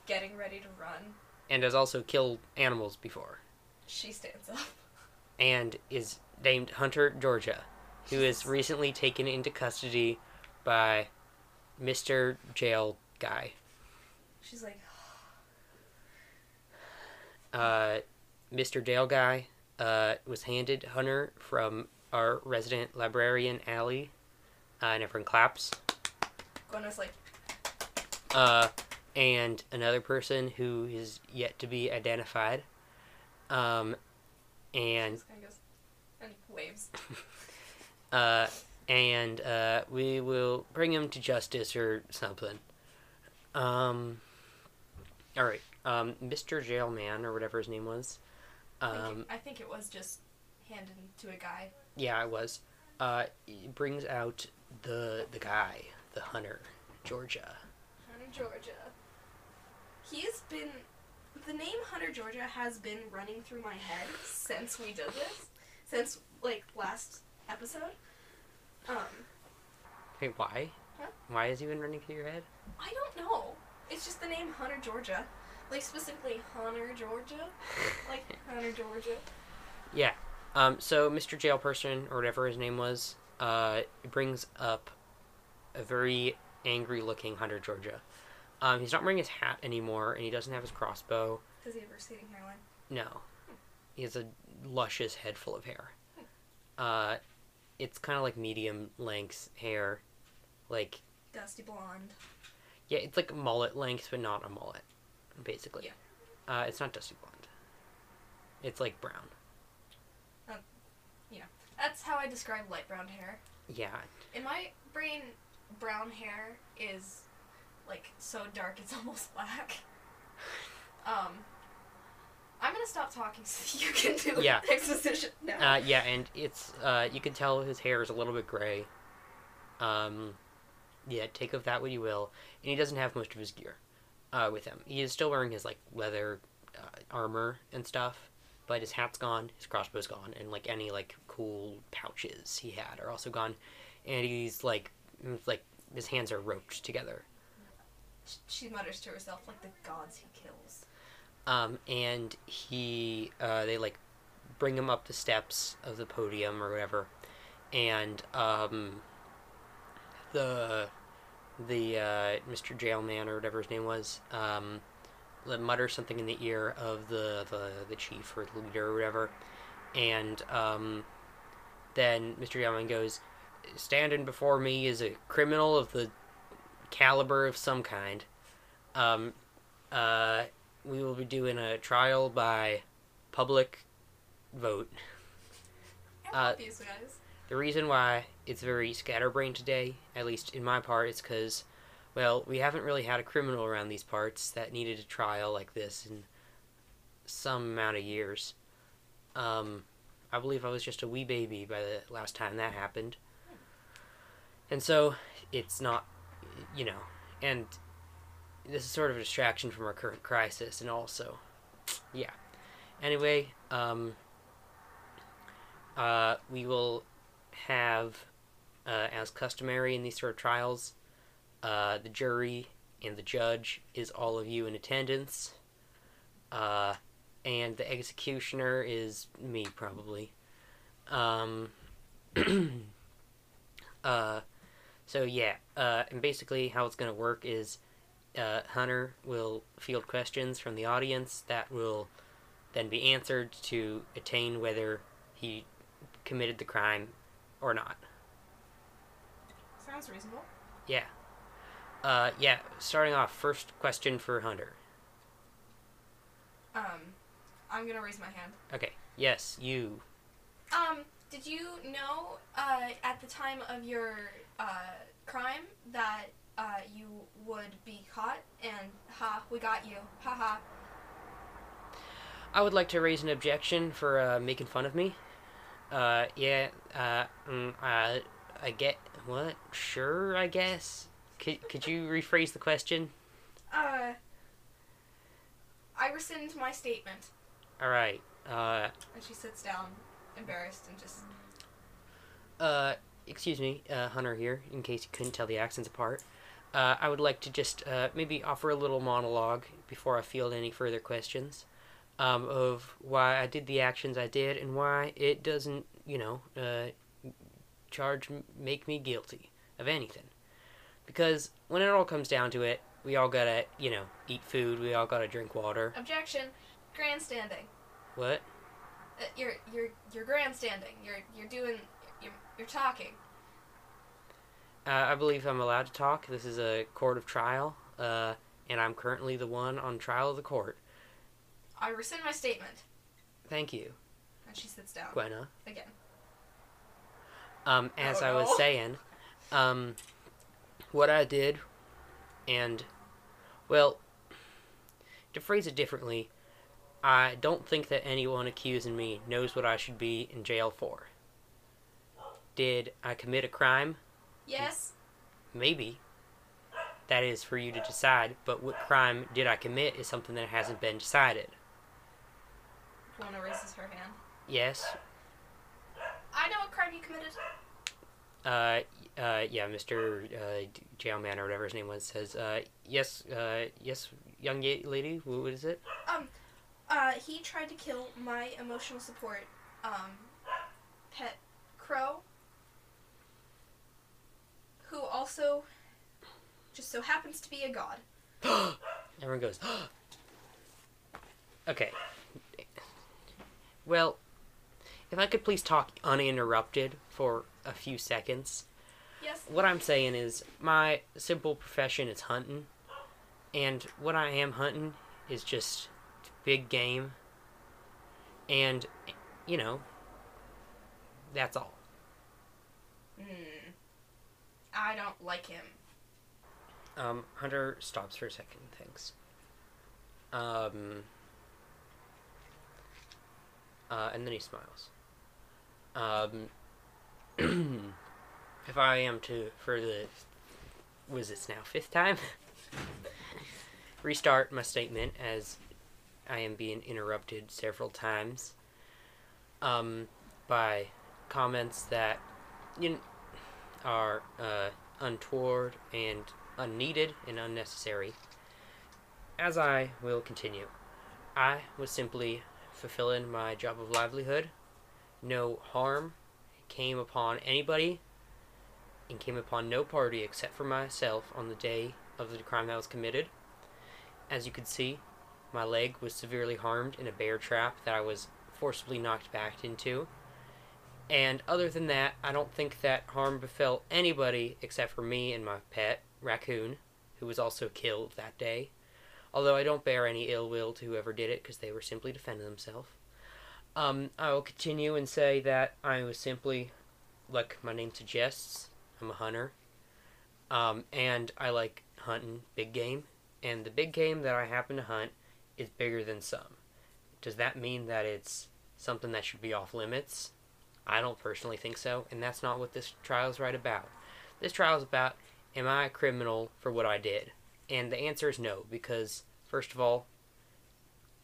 S2: getting ready to run.
S1: and has also killed animals before,
S2: She stands up.
S1: and is named Hunter Georgia, who is recently taken into custody by Mr. Jail Guy.
S2: She's like,
S1: uh, Mr. Dale Guy uh, was handed Hunter from our resident librarian, Allie, uh, and everyone claps.
S2: Gwenna's like,
S1: Uh, and another person who is yet to be identified. Um,
S2: and
S1: and
S2: goes and waves.
S1: uh, and uh, we will bring him to justice or something. Um, all right. Um, Mr. Jailman or whatever his name was.
S2: I think it-
S1: Um,
S2: I think it was just handed to a guy.
S1: Yeah, I was. Uh, it brings out the the guy, the hunter, Georgia.
S2: Hunter Georgia. He's been. The name Hunter Georgia has been running through my head since we did this. Since, like, last episode. Um,
S1: Hey, why?
S2: Huh?
S1: Why is he been running through your head?
S2: I don't know. It's just the name Hunter Georgia. Like, specifically Hunter Georgia. Like, Hunter Georgia.
S1: Um, so Mr. Jail Person or whatever his name was, uh, brings up a very angry looking hunter, Georgia. Um, he's not wearing his hat anymore, and he doesn't have his crossbow.
S2: Does he have a receding hairline?
S1: No, he has a luscious head full of hair. Uh, it's kind of like medium length hair, like
S2: Dusty blonde.
S1: Yeah, it's like mullet length, but not a mullet, basically. Uh, it's not dusty blonde. It's like brown.
S2: That's how I describe light brown hair.
S1: Yeah.
S2: In my brain, brown hair is like so dark it's almost black. Um, I'm gonna stop talking so you can do
S1: Yeah.
S2: exposition now.
S1: Uh, yeah, and it's uh, you can tell his hair is a little bit gray. Um, yeah, take of that what you will, and he doesn't have most of his gear uh, with him. He is still wearing his like leather uh, armor and stuff, but his hat's gone, his crossbow's gone, and like any like cool pouches he had are also gone, and he's like mm, like his hands are roped together.
S2: Sh she mutters to herself like the gods he kills.
S1: Um, and he, uh, they like bring him up the steps of the podium or whatever, and um, the the uh, Mr. Jailman or whatever his name was, um, le- mutters something in the ear of the the, the chief or the leader or whatever, and um, then Mr. Jailman goes, "Standing before me is a criminal of the caliber of some kind." Um, uh, we will be doing a trial by public vote.
S2: I
S1: Uh,
S2: love these guys.
S1: The reason why it's very scatterbrained today, at least in my part, is because, well, we haven't really had a criminal around these parts that needed a trial like this in some amount of years. Um, I believe I was just a wee baby by the last time that happened. And so, it's not, you know, and this is sort of a distraction from our current crisis, and also, yeah. Anyway, um, uh, we will have, uh, as customary in these sort of trials, uh, the jury and the judge is all of you in attendance, uh, and the executioner is me probably. Um, uh, so yeah, uh, and basically how it's gonna work is, uh, Hunter will field questions from the audience that will then be answered to attain whether he committed the crime or not.
S2: Sounds reasonable.
S1: Yeah. Uh, yeah, starting off, first question for Hunter.
S2: Um, I'm gonna raise my hand.
S1: Okay, yes, you.
S2: Um, did you know uh, at the time of your uh, crime that uh, you would be caught and ha, we got you, ha ha.
S1: I would like to raise an objection for uh, making fun of me. Uh, yeah, uh, mm, uh, I get. What? Sure, I guess. Could, could you rephrase the question?
S2: Uh, I rescind my statement.
S1: Alright, uh,
S2: And she sits down, embarrassed, and just
S1: Uh, excuse me, uh, Hunter here, in case you couldn't tell the accents apart. Uh, I would like to just uh, maybe offer a little monologue before I field any further questions um, of why I did the actions I did and why it doesn't, you know, uh, charge make me guilty of anything. Because when it all comes down to it, we all gotta, you know, eat food, we all gotta drink water.
S2: objection, grandstanding.
S1: What?
S2: Uh, you're you're you're grandstanding. You're you're doing you're, you're talking.
S1: Uh, I believe I'm allowed to talk. This is a court of trial, uh, and I'm currently the one on trial of the court.
S2: I rescind my statement.
S1: Thank you,
S2: And she sits down
S1: Gwenna.
S2: again.
S1: Um, as
S2: Oh,
S1: I was
S2: no.
S1: saying, um, what I did, and, well, to phrase it differently, I don't think that anyone accusing me knows what I should be in jail for. Did I commit a crime?
S2: Yes.
S1: Maybe. That is for you to decide, but what crime did I commit is something that hasn't been decided.
S2: Gwenna raises her hand.
S1: Yes.
S2: I know what crime you committed.
S1: Uh, uh, yeah, Mr. Uh, D- Jailman or whatever his name was says, uh, yes, uh, yes, young ye- lady, wh- what is it?
S2: Uh, he tried to kill my emotional support, um, pet crow, who also just so happens to be a god.
S1: Everyone goes, okay. Well, if I could please talk uninterrupted for a few seconds.
S2: Yes.
S1: What I'm saying is, my simple profession is hunting, and what I am hunting is just big game, and, you know, that's all.
S2: Hmm. I don't like him.
S1: Um, Hunter stops for a second and thinks. Um, uh, and then he smiles. Um, if I am to, for the, was this now fifth time? Restart my statement as I am being interrupted several times um, by comments that you kn- are uh, untoward and unneeded and unnecessary. As I will continue, I was simply fulfilling my job of livelihood. No harm came upon anybody and came upon no party except for myself on the day of the crime that was committed. As you could see, my leg was severely harmed in a bear trap that I was forcibly knocked back into. And other than that, I don't think that harm befell anybody except for me and my pet, Raccoon, who was also killed that day. Although I don't bear any ill will to whoever did it because they were simply defending themselves. Um, I will continue and say that I was simply, like my name suggests, I'm a hunter. Um, and I like hunting big game. And the big game that I happen to hunt is bigger than some. Does that mean that it's something that should be off limits? I don't personally think so, and that's not what this trial is right about. This trial is about am I a criminal for what I did? And the answer is no, because first of all,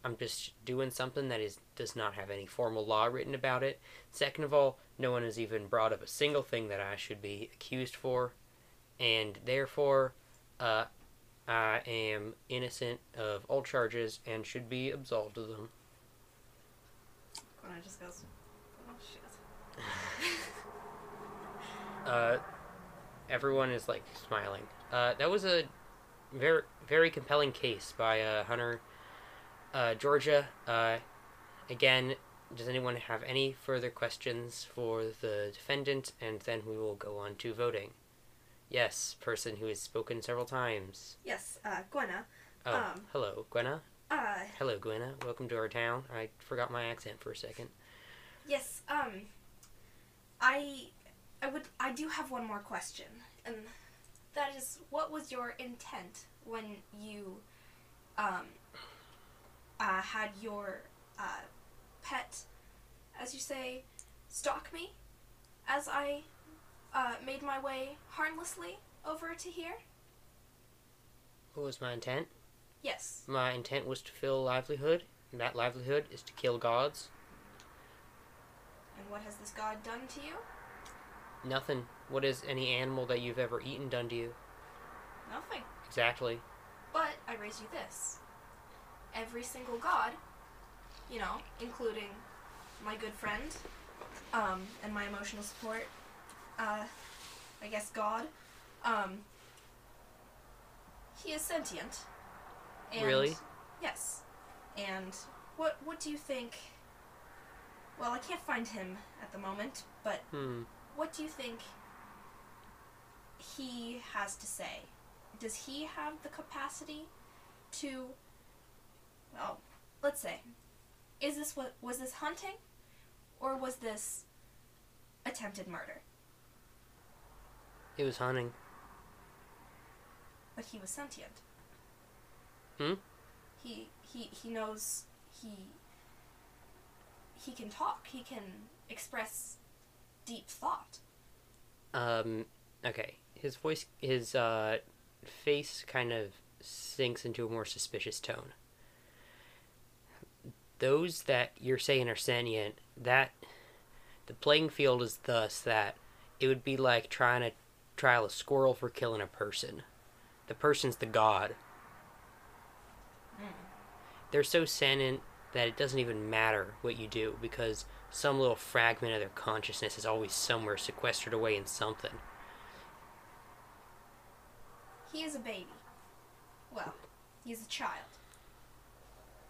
S1: I'm just doing something that is does not have any formal law written about it. Second of all, no one has even brought up a single thing that I should be accused for, and therefore, uh, I am innocent of all charges and should be absolved of them.
S2: When I just goes, oh shit.
S1: Uh, everyone is like smiling. Uh, that was a very very compelling case by uh, Hunter uh, Georgia. Uh, again, does anyone have any further questions for the defendant? And then we will go on to voting. Yes, person who has spoken several times.
S2: Yes, uh, Gwenna.
S1: Oh,
S2: Um.
S1: hello, Gwenna.
S2: Uh,
S1: Hello, Gwenna. Welcome to our town. I forgot my accent for a second.
S2: yes. Um, I, I would, I do have one more question, and that is, what was your intent when you, um, uh, had your uh, pet, as you say, stalk me, as I, uh, made my way harmlessly over to here?
S1: What was my intent?
S2: Yes.
S1: My intent was to fill livelihood, and that livelihood is to kill gods.
S2: And what has this god done to you?
S1: Nothing. What has any animal that you've ever eaten done to you?
S2: Nothing.
S1: Exactly.
S2: But I raise you this. Every single god, you know, including my good friend, um, and my emotional support, uh, I guess God, um, he is sentient.
S1: Really?
S2: Yes. And what what do you think? Well, I can't find him at the moment, but
S1: Hmm.
S2: what do you think he has to say? Does he have the capacity to well, let's say is this what was this hunting or was this attempted murder?
S1: It was hunting.
S2: But he was sentient.
S1: Hmm?
S2: He he he knows he he can talk, he can express deep thought.
S1: Um. Okay. His voice, his uh, face kind of sinks into a more suspicious tone. Those that you're saying are sentient, that the playing field is thus that it would be like trying to trial a squirrel for killing a person. The person's the god. They're so sentient that it doesn't even matter what you do because some little fragment of their consciousness is always somewhere sequestered away in something.
S2: He is a baby. Well, he's a child.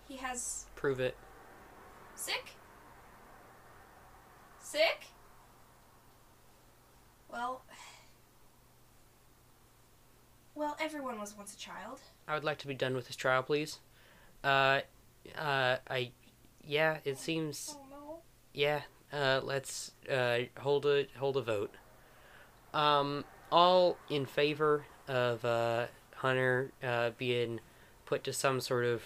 S2: He has
S1: Prove it.
S2: sick? Sick? Well, well, everyone was once a child.
S1: I would like to be done with this trial, please. Uh, uh, I, yeah, it seems,
S2: no.
S1: yeah. Uh, let's uh hold a hold a vote. Um, all in favor of uh Hunter uh, being put to some sort of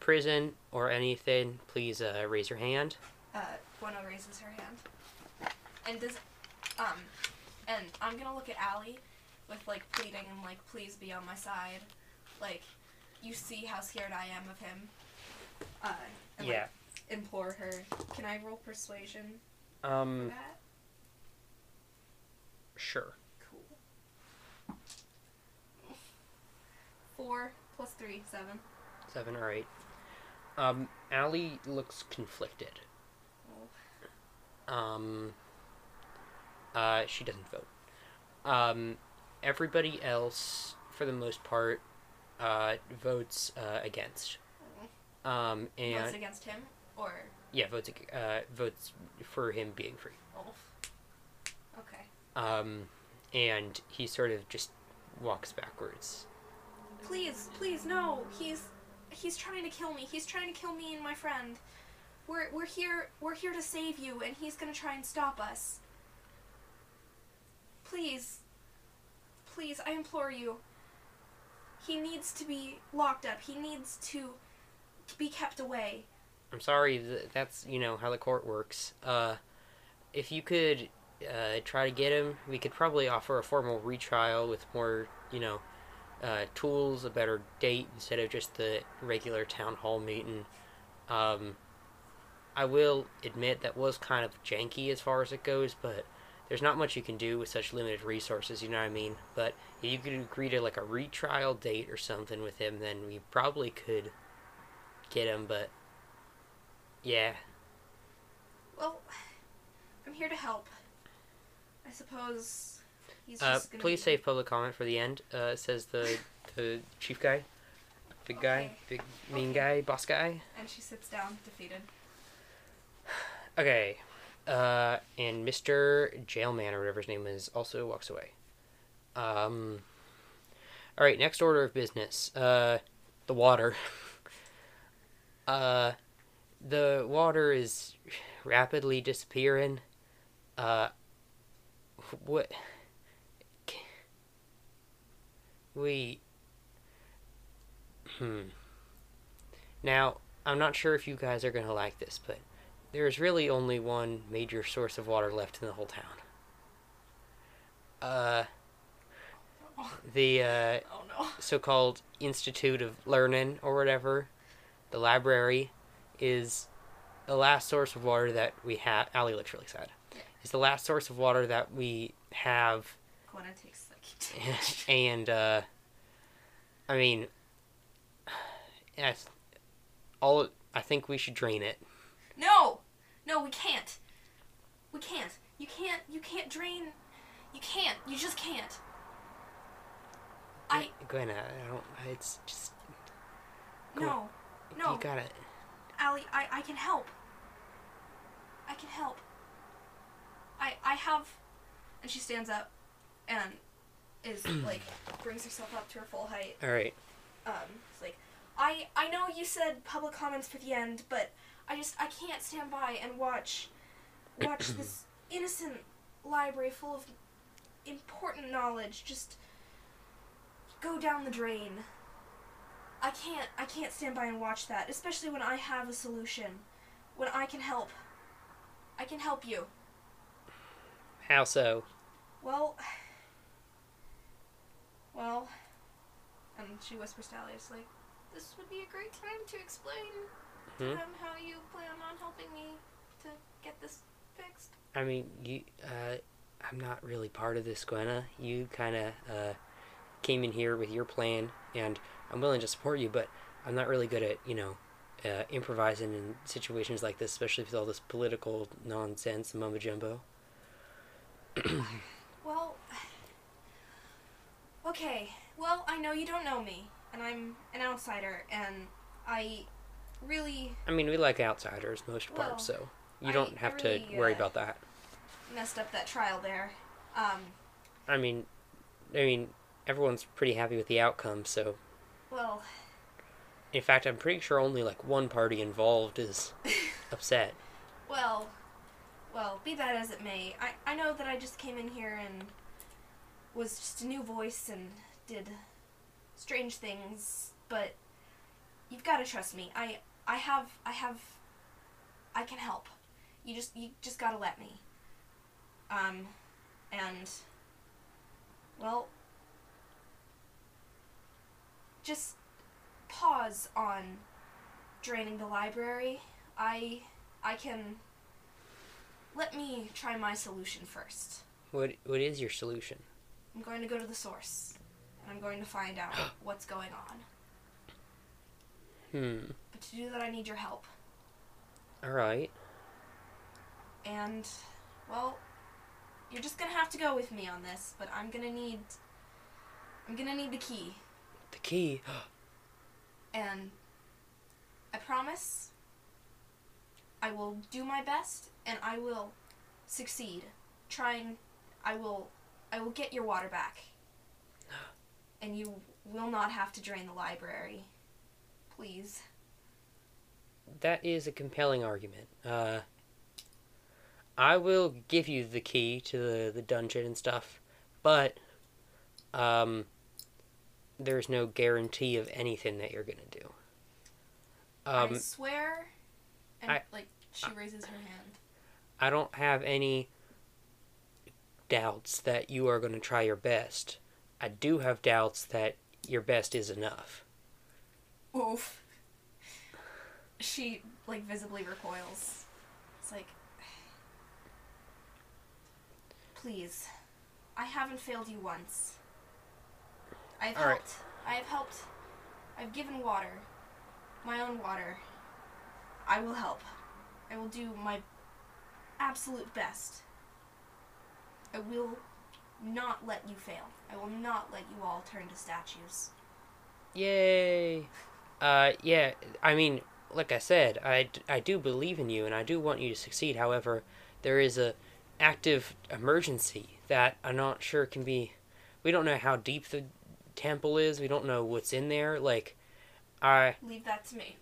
S1: prison or anything, please uh, raise your hand.
S2: Uh, Bueno raises her hand. And does, um, and I'm gonna look at Allie with like pleading and like, please be on my side. Like, you see how scared I am of him. Uh, and,
S1: yeah.
S2: Like, implore her. Can I roll persuasion? for
S1: Um.
S2: That
S1: Sure.
S2: cool. Four plus three, seven.
S1: Seven or eight. Um. Allie looks conflicted.
S2: Oh,
S1: Um, uh, she doesn't vote. Um, everybody else, for the most part, uh, votes uh, against.
S2: oh.
S1: Um, and
S2: Votes against him or
S1: yeah, votes ag- uh, votes for him being free.
S2: Ulf. Okay.
S1: Um, and he sort of just walks backwards.
S2: Please, please, no. He's he's trying to kill me. He's trying to kill me and my friend. We're we're here we're here to save you and he's gonna try and stop us. Please please, I implore you. He needs to be locked up. He needs to be kept away.
S1: I'm sorry, th- that's you know how the court works. Uh, if you could uh, try to get him, we could probably offer a formal retrial with more, you know, uh, tools, a better date instead of just the regular town hall meeting. Um, I will admit that was kind of janky as far as it goes, but there's not much you can do with such limited resources. You know what I mean? But if you could agree to like a retrial date or something with him, then we probably could get him. But yeah,
S2: Well I'm here to help. I suppose he's
S1: Uh,
S2: just gonna
S1: please
S2: be-
S1: save public comment for the end. Uh, says the the chief guy, big guy,
S2: Okay.
S1: big mean guy, boss guy.
S2: and she sits down defeated.
S1: Okay, uh, and Mister Jailman or whatever his name is also walks away. Um. All right, next order of business. Uh, the water. uh, the water is rapidly disappearing. Uh, what? We. Hmm. Now, I'm not sure if you guys are gonna like this, but there's really only one major source of water left in the whole town. Uh, the uh,
S2: Oh no.
S1: so-called Institute of Learning or whatever, the library, is the last source of water that we have. Ali looks really sad. It's the last source of water that we have
S2: Gwenna takes like
S1: and uh, I mean, yes, all I think we should drain it.
S2: No, no, we can't. We can't. You can't. You can't drain. You can't. You just can't. I-
S1: Gwen, I I don't. It's just Cool.
S2: No, no,
S1: you gotta.
S2: Allie. I I can help. I can help. I I have. And she stands up, and is like brings herself up to her full height.
S1: All right.
S2: um, it's like, I I know you said public comments for the end, but I just I can't stand by and watch watch this innocent library full of important knowledge just go down the drain. I can't I can't stand by and watch that, especially when I have a solution, when I can help. I can help you.
S1: How so?
S2: Well, well, and she whispers to Allie, it's like, this would be a great time to explain to
S1: Hmm?
S2: them how you plan on helping me to get this fixed.
S1: I mean, you. Uh, I'm not really part of this, Gwenna. You kind of uh, came in here with your plan, and I'm willing to support you, but I'm not really good at you know uh, improvising in situations like this, especially with all this political nonsense, mumbo jumbo.
S2: Well, okay. Well, I know you don't know me, and I'm an outsider, and I really
S1: I mean, we like outsiders most part,
S2: Well,
S1: so you
S2: I-
S1: don't
S2: I
S1: have
S2: really,
S1: to worry
S2: uh,
S1: about that.
S2: messed up that trial there. Um,
S1: I mean, I mean, everyone's pretty happy with the outcome. So,
S2: well,
S1: in fact, I'm pretty sure only like one party involved is upset.
S2: Well, well, be that as it may, I, I know that I just came in here and was just a new voice and did strange things, but you've got to trust me. I I have I have I can help. You just you just got to let me. Um and well just pause on draining the library. I I can let me try my solution first.
S1: What what is your solution?
S2: I'm going to go to the source and I'm going to find out what's going on.
S1: Hmm.
S2: But to do that, I need your help.
S1: All right.
S2: And, well, you're just gonna have to go with me on this, but I'm gonna need. I'm gonna need the key.
S1: The key.
S2: And I promise I will do my best and I will succeed. Trying. I will. I will get your water back. And you will not have to drain the library. Please.
S1: That is a compelling argument. Uh, I will give you the key to the, the dungeon and stuff, but um, there's no guarantee of anything that you're gonna do.
S2: I
S1: Um,
S2: swear. And,
S1: I-
S2: like, she raises her hand.
S1: I don't have any doubts that you are gonna try your best. I do have doubts that your best is enough.
S2: Oof. She like visibly recoils. It's like Please. I haven't failed you once. I've
S1: All right.
S2: helped. I have helped. I've given water. My own water. I will help. I will do my absolute best. I will not let you fail. I will not let you all turn to statues.
S1: Yay! Uh, yeah, I mean, like I said, I, d- I do believe in you and I do want you to succeed. However, there is a active emergency that I'm not sure can be. We don't know how deep the temple is. We don't know what's in there. Like, I
S2: Leave that to me.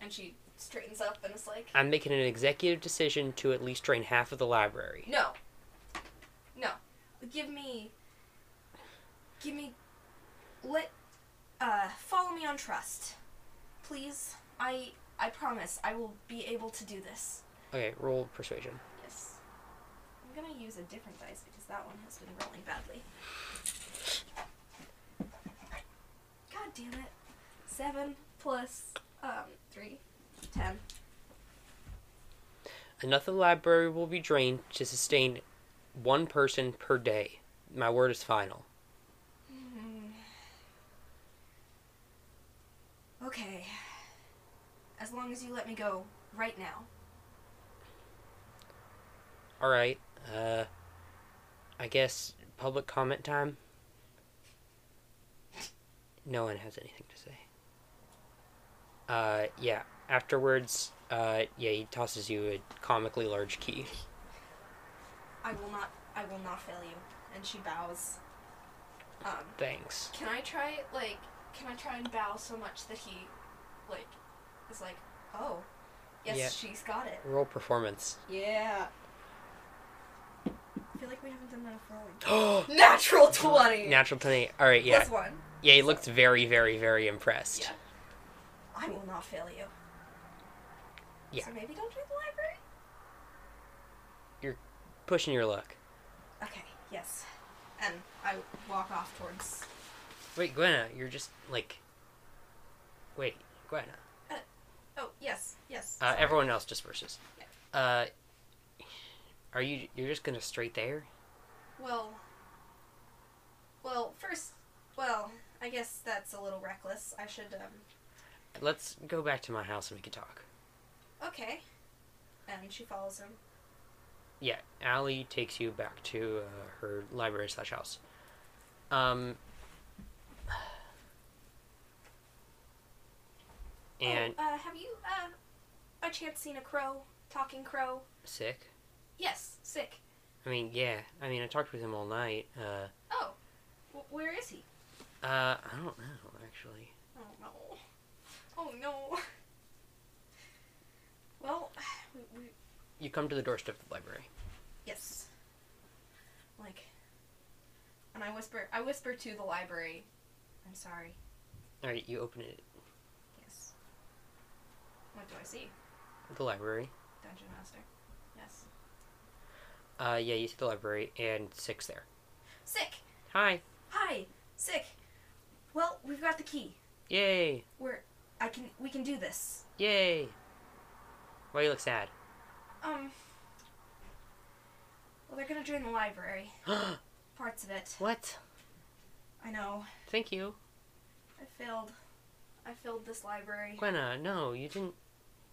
S2: And she straightens up and is like,
S1: I'm making an executive decision to at least drain half of the library.
S2: No. No. Give me. Give me. Let. Uh, follow me on trust. Please. I. I promise I will be able to do this.
S1: Okay, roll persuasion.
S2: Yes. I'm gonna use a different dice because that one has been rolling badly. God damn it. Seven plus, um, three. Ten.
S1: Enough of the library will be drained to sustain one person per day. My word is final.
S2: Okay. As long as you let me go right now.
S1: All right. Uh, I guess public comment time. No one has anything to say. Uh, yeah. Afterwards, uh, yeah, he tosses you a comically large key.
S2: I will not. I will not fail you. And she bows. Um,
S1: Thanks.
S2: can I try like? Can I try and bow so much that he, like, is like, oh, yes,
S1: Yeah.
S2: she's got it.
S1: Roll performance.
S2: Yeah. I feel like we haven't done that for a while.
S1: Natural
S2: Natural twenty.
S1: twenty. All right. Yeah.
S2: Plus one.
S1: Yeah. He looked very, very, very impressed.
S2: Yeah. I will not fail you.
S1: Yeah.
S2: So maybe don't do the library.
S1: Pushing your luck.
S2: Okay. Yes. And I walk off towards.
S1: Wait, Gwenna, you're just like. Wait, Gwenna.
S2: Oh yes, yes.
S1: Uh,
S2: sorry.
S1: everyone else disperses. Uh, are you? You're just gonna straight there?
S2: Well, well, first, well, I guess that's a little reckless. I should, um,
S1: Let's go back to my house and we can talk.
S2: okay. And she follows him.
S1: Yeah, Allie takes you back to uh, her library slash house. Um. And
S2: oh, uh, have you, uh, by chance seen a crow? Talking crow?
S1: sick.
S2: Yes, sick.
S1: I mean, yeah. I mean, I talked with him all night. Uh,
S2: Oh, w- where is he?
S1: uh, I don't know actually.
S2: Oh no. Oh no. Well, we, we,
S1: You come to the doorstep of the library.
S2: yes. Like, and I whisper, I whisper to the library, I'm sorry.
S1: All right, you open it.
S2: Yes. What do I see?
S1: The library.
S2: Dungeon Master. Yes.
S1: Uh, yeah, you see the library and six there.
S2: Sick!
S1: Hi.
S2: Hi! Sick! Well, we've got the key.
S1: Yay.
S2: We're. I can. We can do this.
S1: Yay. Why you look sad?
S2: Um. Well, they're gonna drain the library. Parts of it.
S1: what?
S2: I know.
S1: Thank you.
S2: I failed. I failed this library.
S1: Gwenna, no, you didn't.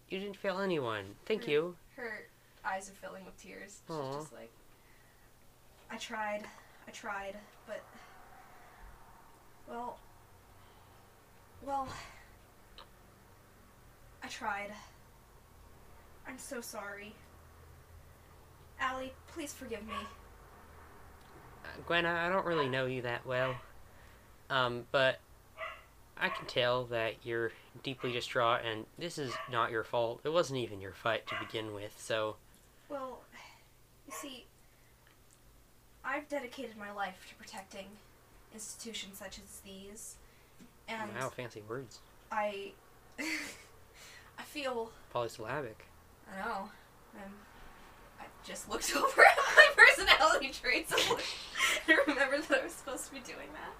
S1: You didn't fail anyone. Thank
S2: Right.
S1: you.
S2: Her eyes are filling with tears. She's
S1: Aw.
S2: just like, I tried, I tried, but well, well, I tried. I'm so sorry. Allie, please forgive me.
S1: Uh, Gwenna, I don't really know you that well. Um, but I can tell that you're deeply distraught, and this is not your fault. It wasn't even your fight to begin with, so.
S2: Well, you see, I've dedicated my life to protecting institutions such as these, and
S1: Wow, fancy words.
S2: I, I feel
S1: Polysyllabic.
S2: I know. Um, I just looked over at my personality traits and, looked, and remembered that I was supposed to be doing that.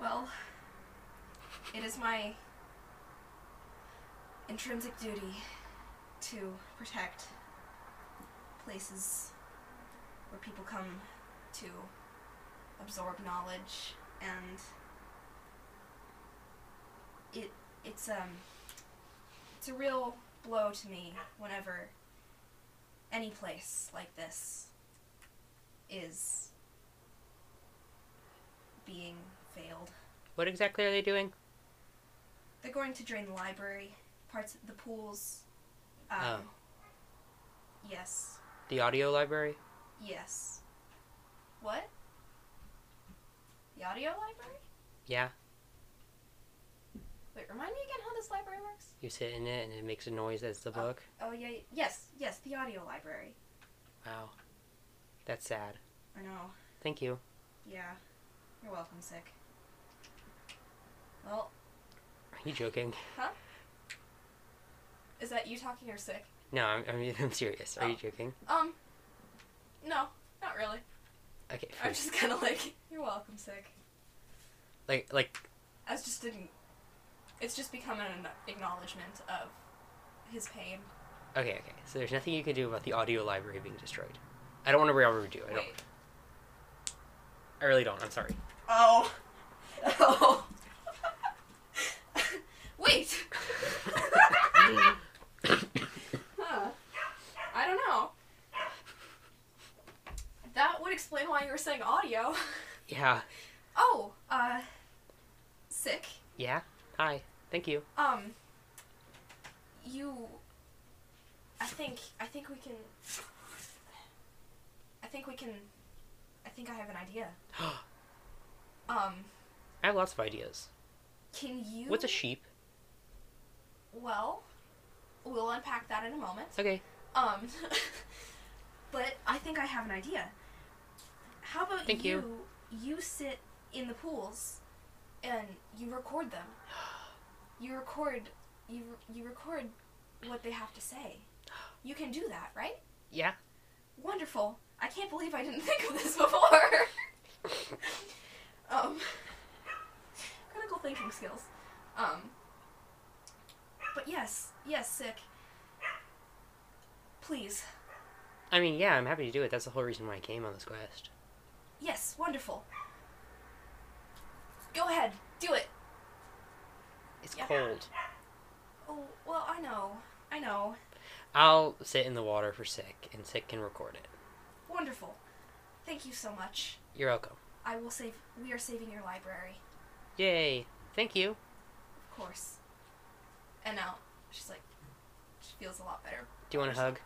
S2: Well, it is my intrinsic duty to protect places where people come to absorb knowledge and it it's um it's a real blow to me whenever any place like this is being failed.
S1: What exactly are they doing?
S2: They're going to drain the library, parts of the pools. Um, Yes.
S1: The audio library?
S2: Yes. What? The audio library?
S1: Yeah.
S2: Wait, remind me again how this library works?
S1: You sit in it and it makes a noise as the book.
S2: Oh, yeah. Yes, yes, the audio library.
S1: Wow. That's sad.
S2: I know.
S1: Thank you.
S2: Yeah. You're welcome, sick. Well,
S1: Are you joking?
S2: is that you talking or sick?
S1: No, I'm, I'm, I'm serious. Are you joking?
S2: Um, no, not really.
S1: Okay.
S2: I'm
S1: fine.
S2: just kind of like, you're welcome, sick.
S1: Like, like,
S2: I was just didn't. It's just become an acknowledgement of his pain.
S1: okay, okay. So there's nothing you can do about the audio library being destroyed. I don't want to railroad you. I don't.
S2: Wait.
S1: I really don't. I'm sorry.
S2: Oh. Oh. Wait. huh. I don't know. That would explain why you were saying audio.
S1: yeah.
S2: Oh, uh, sick.
S1: Yeah. Hi. Thank you.
S2: Um, you. I think I think we can. I think we can. I think I have an idea. Um,
S1: I have lots of ideas.
S2: can you?
S1: What's a sheep?
S2: well, we'll unpack that in a moment.
S1: Okay.
S2: Um, but I think I have an idea. How about
S1: Thank
S2: you?
S1: you.
S2: You sit in the pools, and you record them. You record. You you record what they have to say. You can do that, right?
S1: Yeah.
S2: Wonderful. I can't believe I didn't think of this before. um, critical thinking skills. Um, but yes, yes, sick. Please.
S1: I mean, yeah. I'm happy to do it. That's the whole reason why I came on this quest.
S2: Yes, wonderful. Go ahead, do it.
S1: It's
S2: Yeah.
S1: cold.
S2: Oh, well, I know. I know.
S1: I'll sit in the water for sick, and sick can record it.
S2: Wonderful. Thank you so much.
S1: You're welcome.
S2: I will save. We are saving your library,
S1: Yay. Thank you.
S2: of course. And now she's like, she feels a lot better.
S1: Do you want a hug?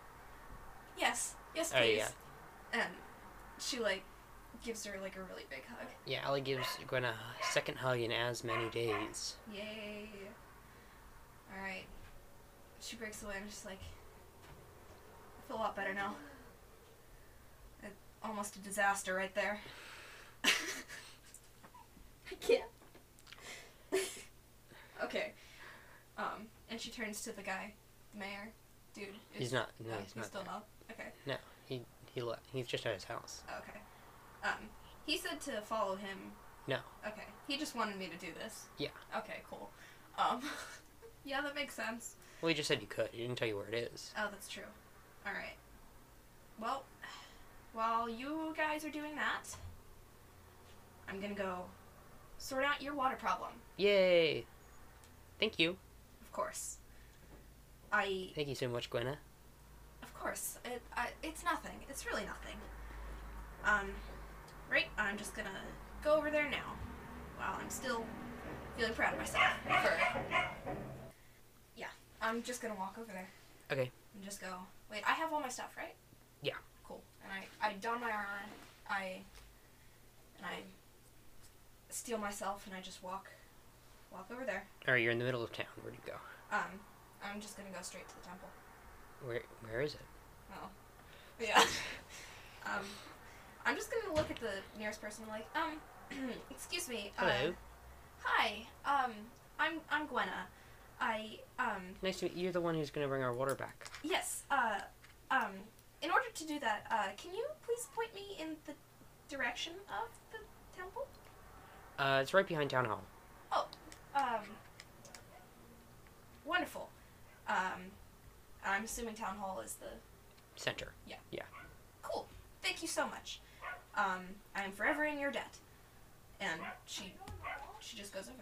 S2: Yes, yes,
S1: Oh,
S2: please.
S1: yeah.
S2: And she like gives her like a really big hug.
S1: Yeah, Ellie gives Gwen a second hug in as many days.
S2: Yay. All right. She breaks away and I'm just like, I feel a lot better now. It, almost a disaster right there. I can't. Okay. Um, and she turns to the guy, the mayor. Dude, is-
S1: He's not.
S2: oh,
S1: No, he's
S2: he's
S1: not.
S2: still
S1: there.
S2: not. Okay.
S1: He he left. He's just at his house.
S2: Oh, okay. Um, he said to follow him.
S1: No.
S2: Okay. He just wanted me to do this.
S1: Yeah.
S2: Okay, cool. Um, yeah, that makes sense.
S1: Well, he just said you could. He didn't tell you where it is.
S2: Oh, that's true. All right. Well, while you guys are doing that, I'm gonna go sort out your water problem.
S1: Yay! Thank you.
S2: Of course. I.
S1: Thank you so much, Gwenna.
S2: Of course. It, I, it's nothing. It's really nothing. Um, right? I'm just gonna go over there now. While I'm still feeling proud of myself. for- yeah. I'm just gonna walk over there.
S1: Okay.
S2: And just go. Wait, I have all my stuff, right?
S1: Yeah.
S2: Cool. And I, I don my armor. I. And I steal myself and I just walk. Walk over there.
S1: All right, you're in the middle of town. Where'd you go?
S2: Um, I'm just gonna go straight to the temple.
S1: Where Where is it?
S2: Oh. Yeah. um, I'm just gonna look at the nearest person like, um, excuse me. Uh,
S1: Hello.
S2: hi. Um, I'm I'm Gwenna. I um
S1: Nice to meet you. You're the one who's gonna bring our water back.
S2: yes uh um in order to do that uh can you please point me in the direction of the temple?
S1: Uh, it's right behind town hall.
S2: Um. Wonderful. Um, I'm assuming town hall is the
S1: Center.
S2: Cool. Thank you so much. Um, I'm forever in your debt. And she, she just goes over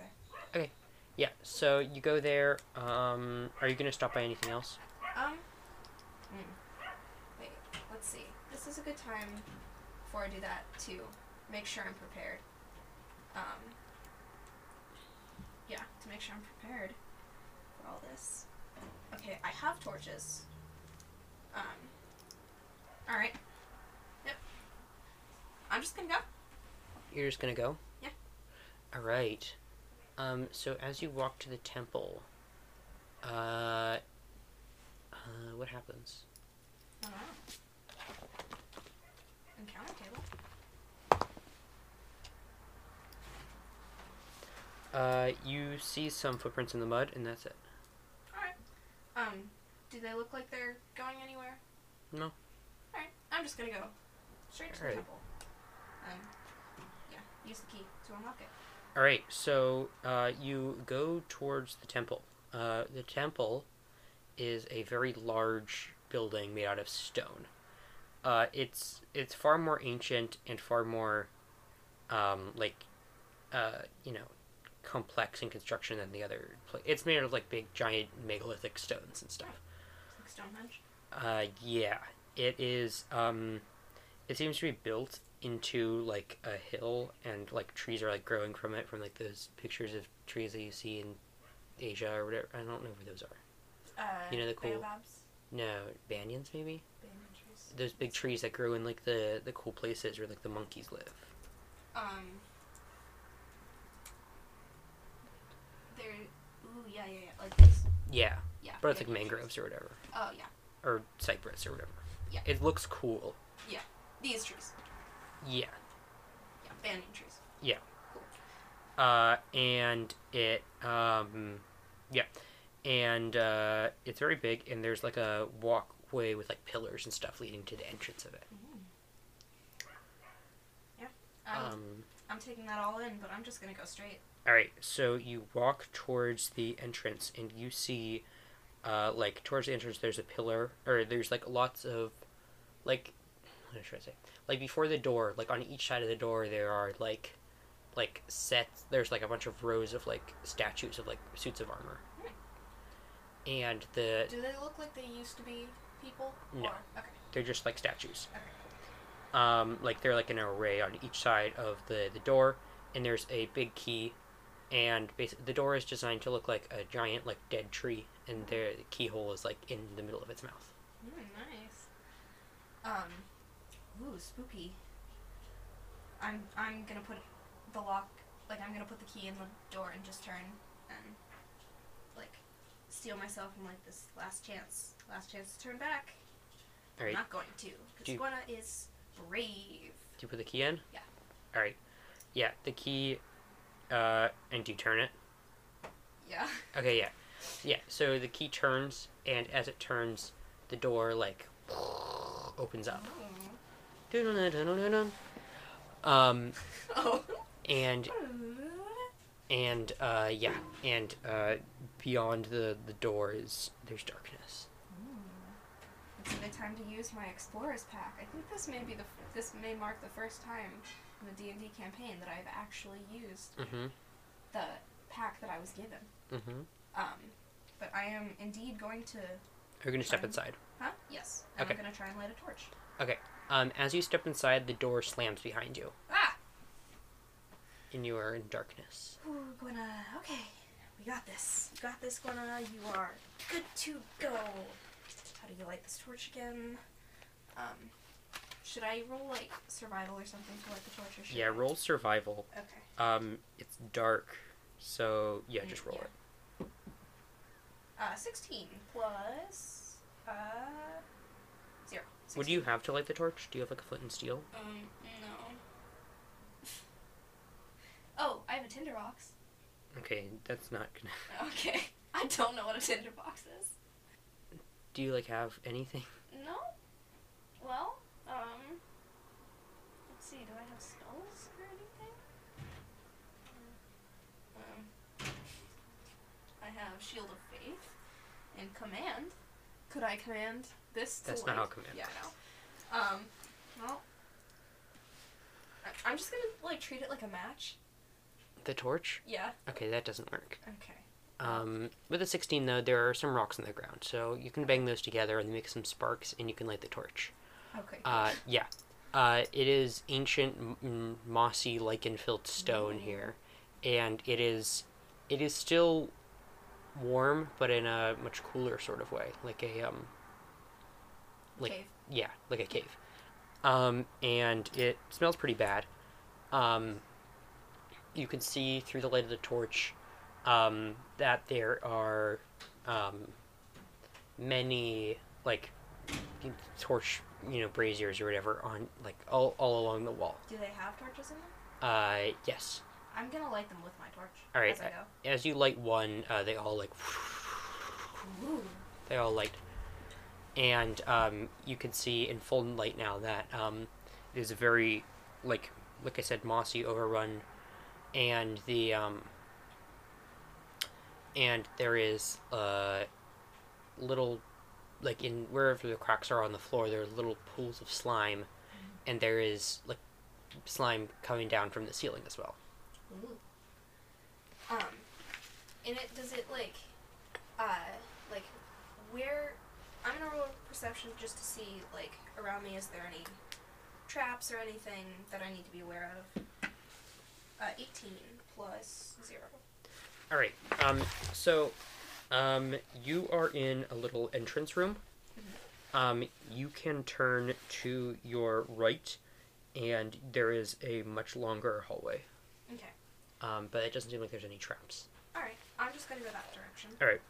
S2: there.
S1: Yeah. So you go there. Um, are you gonna stop by anything else?
S2: Um, hmm. wait. Let's see. This is a good time before I do that to make sure I'm prepared. Um, yeah, to make sure I'm prepared for all this. Okay, I have torches. Um, all right. Yep. I'm just gonna go.
S1: You're just gonna go.
S2: Yeah.
S1: All right. Um, so as you walk to the temple, uh, uh, what happens?
S2: Oh, wow. Encounter table?
S1: Uh, you see some footprints in the mud, and that's it.
S2: Alright. Um, do they look like they're going anywhere?
S1: No.
S2: Alright, I'm just gonna go straight to
S1: Alright.
S2: the temple. Um, yeah, use the key to unlock it.
S1: All right, so uh, you go towards the temple. Uh, the temple is a very large building made out of stone. Uh, it's it's far more ancient and far more um, like uh, you know complex in construction than the other. Pla- it's made out of like big giant megalithic stones and stuff.
S2: It's like Stonehenge.
S1: Uh, yeah, it is. Um, it seems to be built into like a hill, and like trees are like growing from it, from like those pictures of trees that you see in Asia or whatever. I don't know where those are.
S2: Uh,
S1: You know the cool-
S2: Baobabs.
S1: No, banyans maybe.
S2: banyan trees.
S1: Those big trees that grow in like the the cool places where like the monkeys live.
S2: Um, they're, ooh, yeah, yeah, yeah, like this.
S1: Yeah,
S2: Yeah.
S1: but it's like
S2: banyan trees.
S1: mangroves or whatever,
S2: Oh, yeah.
S1: or cypress or whatever.
S2: Yeah.
S1: it looks cool.
S2: These trees.
S1: Yeah.
S2: Yeah, banyan trees.
S1: uh, and it um, yeah and uh, it's very big and there's like a walkway with like pillars and stuff leading to the entrance of it
S2: Um,
S1: um,
S2: I'm taking that all in, but I'm just gonna go straight.
S1: all right so you walk towards the entrance and you see uh, like towards the entrance there's a pillar or there's like lots of like what should i say like before the door like on each side of the door there are like like sets there's like a bunch of rows of like statues of like suits of armor and the
S2: Do they look like they used to be people?
S1: No.
S2: Or- okay.
S1: They're just like statues.
S2: Okay.
S1: Um, like they're like an array on each side of the, the door, and there's a big key, and basi- the door is designed to look like a giant like dead tree, and the keyhole is like in the middle of its mouth.
S2: Mm, nice. Um, ooh, spooky. I'm I'm gonna put the lock, like I'm gonna put the key in the door and just turn and like steal myself from like this last chance, last chance to turn back.
S1: All right,
S2: I'm not going to,
S1: Do
S2: because
S1: you-
S2: Gwenna is brave.
S1: do you put the key in?
S2: Yeah.
S1: All right, yeah, the key. Uh, and do you turn it?
S2: Yeah.
S1: Okay, yeah. Yeah, so the key turns, and as it turns, the door, like, opens up.
S2: Mm.
S1: Dun-dun-dun-dun-dun-dun. Um,
S2: Oh.
S1: and, and, uh, yeah. And, uh, beyond the, the door is, there's darkness.
S2: It's a good time to use my explorer's pack. I think this may be the f- this may mark the first time in the D and D campaign that I've actually used
S1: Mm-hmm,
S2: the pack that I was given.
S1: mm-hmm.
S2: Um, but I am indeed going to.
S1: You're gonna step
S2: Fine.
S1: inside.
S2: Huh? Yes. And
S1: Okay.
S2: I'm going to try and light a torch.
S1: Um, as you step inside, the door slams behind you,
S2: Ah!
S1: and you are in darkness.
S2: Ooh, Gwenna. Okay. We got this. You got this, Gwenna. You are good to go. How do you light this torch again? Um, should I roll, like, survival or something to light the torch? Or should
S1: Yeah,
S2: I-
S1: roll survival.
S2: Okay.
S1: Um, it's dark, so yeah, just roll it.
S2: Uh, 16 plus, uh, 0.
S1: Would
S2: 16.
S1: you have to light the torch? Do you have like a flint and steel?
S2: Um, no. oh, I have a tinderbox.
S1: Okay, that's not gonna.
S2: Okay. I don't know what a tinderbox is.
S1: Do you like have anything?
S2: No? Well, um. Let's see, do I have spells or anything? Um. I have Shield of Faith and Command. Could I command this to
S1: That's not
S2: light?
S1: how command
S2: Yeah, I know. Um, well. I- I'm just gonna, like, treat it like a match.
S1: The torch?
S2: Yeah,
S1: Okay, that doesn't work.
S2: okay.
S1: Um, with a sixteen though, there are some rocks on the ground, so you can bang those together and make some sparks, and you can light the torch.
S2: Okay.
S1: Uh, yeah. Uh, it is ancient, m- m- mossy, lichen-filled stone here, and it is, it is still warm, but in a much cooler sort of way, like a um. Like
S2: Cave.
S1: yeah, like a cave, um, and it smells pretty bad. Um, you can see through the light of the torch um, that there are um, many like torch you know braziers or whatever on like all, all along the wall
S2: Do they have torches in them?
S1: uh yes
S2: I'm gonna light them with my torch.
S1: All right, uh,
S2: As I
S1: I-
S2: go.
S1: as you light one uh, they all like
S2: Ooh.
S1: they all light and um, you can see in full light now that um, it is a very like like i said mossy overrun and the um, and there is uh, little like in wherever the cracks are on the floor there are little pools of slime and there is like slime coming down from the ceiling as well
S2: Ooh. Um, and it does it like, uh, like where? I'm gonna roll perception just to see like around me. Is there any traps or anything that I need to be aware of? Uh, 18 plus zero.
S1: all right um, so um, you are in a little entrance room um, you can turn to your right and there is a much longer hallway
S2: Okay.
S1: um, but it doesn't seem like there's any traps
S2: All right. I'm just gonna go that direction.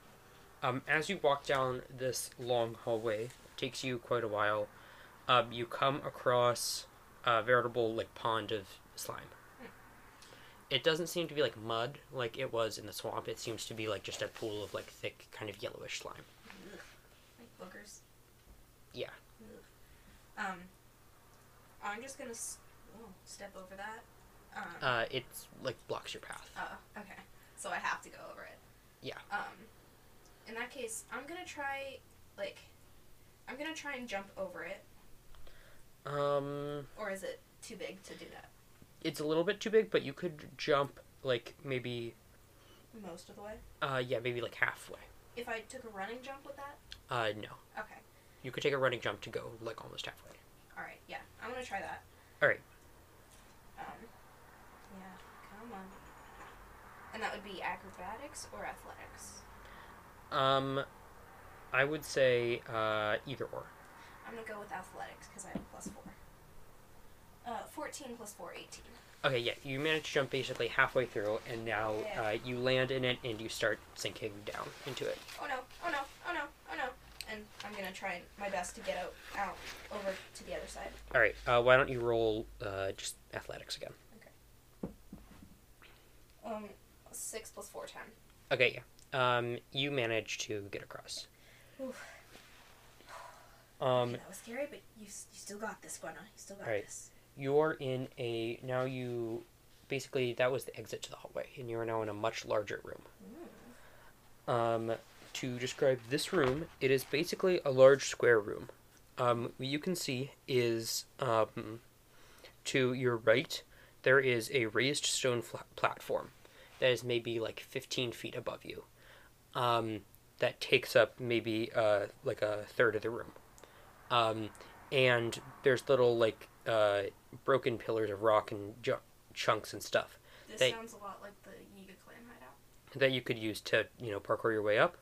S1: Um, as you walk down this long hallway, it takes you quite a while. Um, you come across a veritable like pond of slime. It doesn't seem to be like mud like it was in the swamp. It seems to be like just a pool of like thick, kind of yellowish slime.
S2: Ugh. Like boogers.
S1: Yeah.
S2: Ugh. Um, I'm just gonna s- oh, step over that. Um,
S1: Uh, it's like blocks your path.
S2: Oh, okay. So I have to go over it.
S1: Yeah.
S2: Um, in that case, I'm gonna try like, I'm gonna try and jump over it,
S1: Um,
S2: or is it too big to do that?
S1: it's a little bit too big, but you could jump like maybe
S2: Most of the way.
S1: uh yeah maybe like halfway.
S2: If I took a running jump with that,
S1: Uh no,
S2: okay.
S1: you could take a running jump to go like almost halfway.
S2: All right. Yeah, I'm gonna try that.
S1: All right.
S2: Um, yeah. Come on. And that would be acrobatics or athletics.
S1: Um, I would say uh, either or.
S2: I'm gonna go with athletics because I have a plus four. Uh, 14 plus 4, 18.
S1: Okay, yeah, you managed to jump basically halfway through, and now uh,
S2: Yeah.
S1: you land in it and you start sinking down into it.
S2: oh no, oh no, oh no, oh no. And I'm gonna try my best to get out, out over to the other side.
S1: All right, uh, why don't you roll uh, just athletics again?
S2: Um, six plus four, ten.
S1: Okay, yeah. Um, you manage to get across.
S2: Oof.
S1: Um,
S2: that was scary, but you, s- you still got this, Gwenna. You still got
S1: Right.
S2: this.
S1: you're in a now you basically that was the exit to the hallway and you're now in a much larger room um, to describe this room it is basically a large square room um, what you can see is um, to your right there is a raised stone fla- platform that is maybe like 15 feet above you um, that takes up maybe uh, like a third of the room um, and there's little like uh, broken pillars of rock and ju- chunks and stuff
S2: This
S1: They-
S2: sounds a lot like the Yiga clan hideout.
S1: that you could use to you know parkour your way up.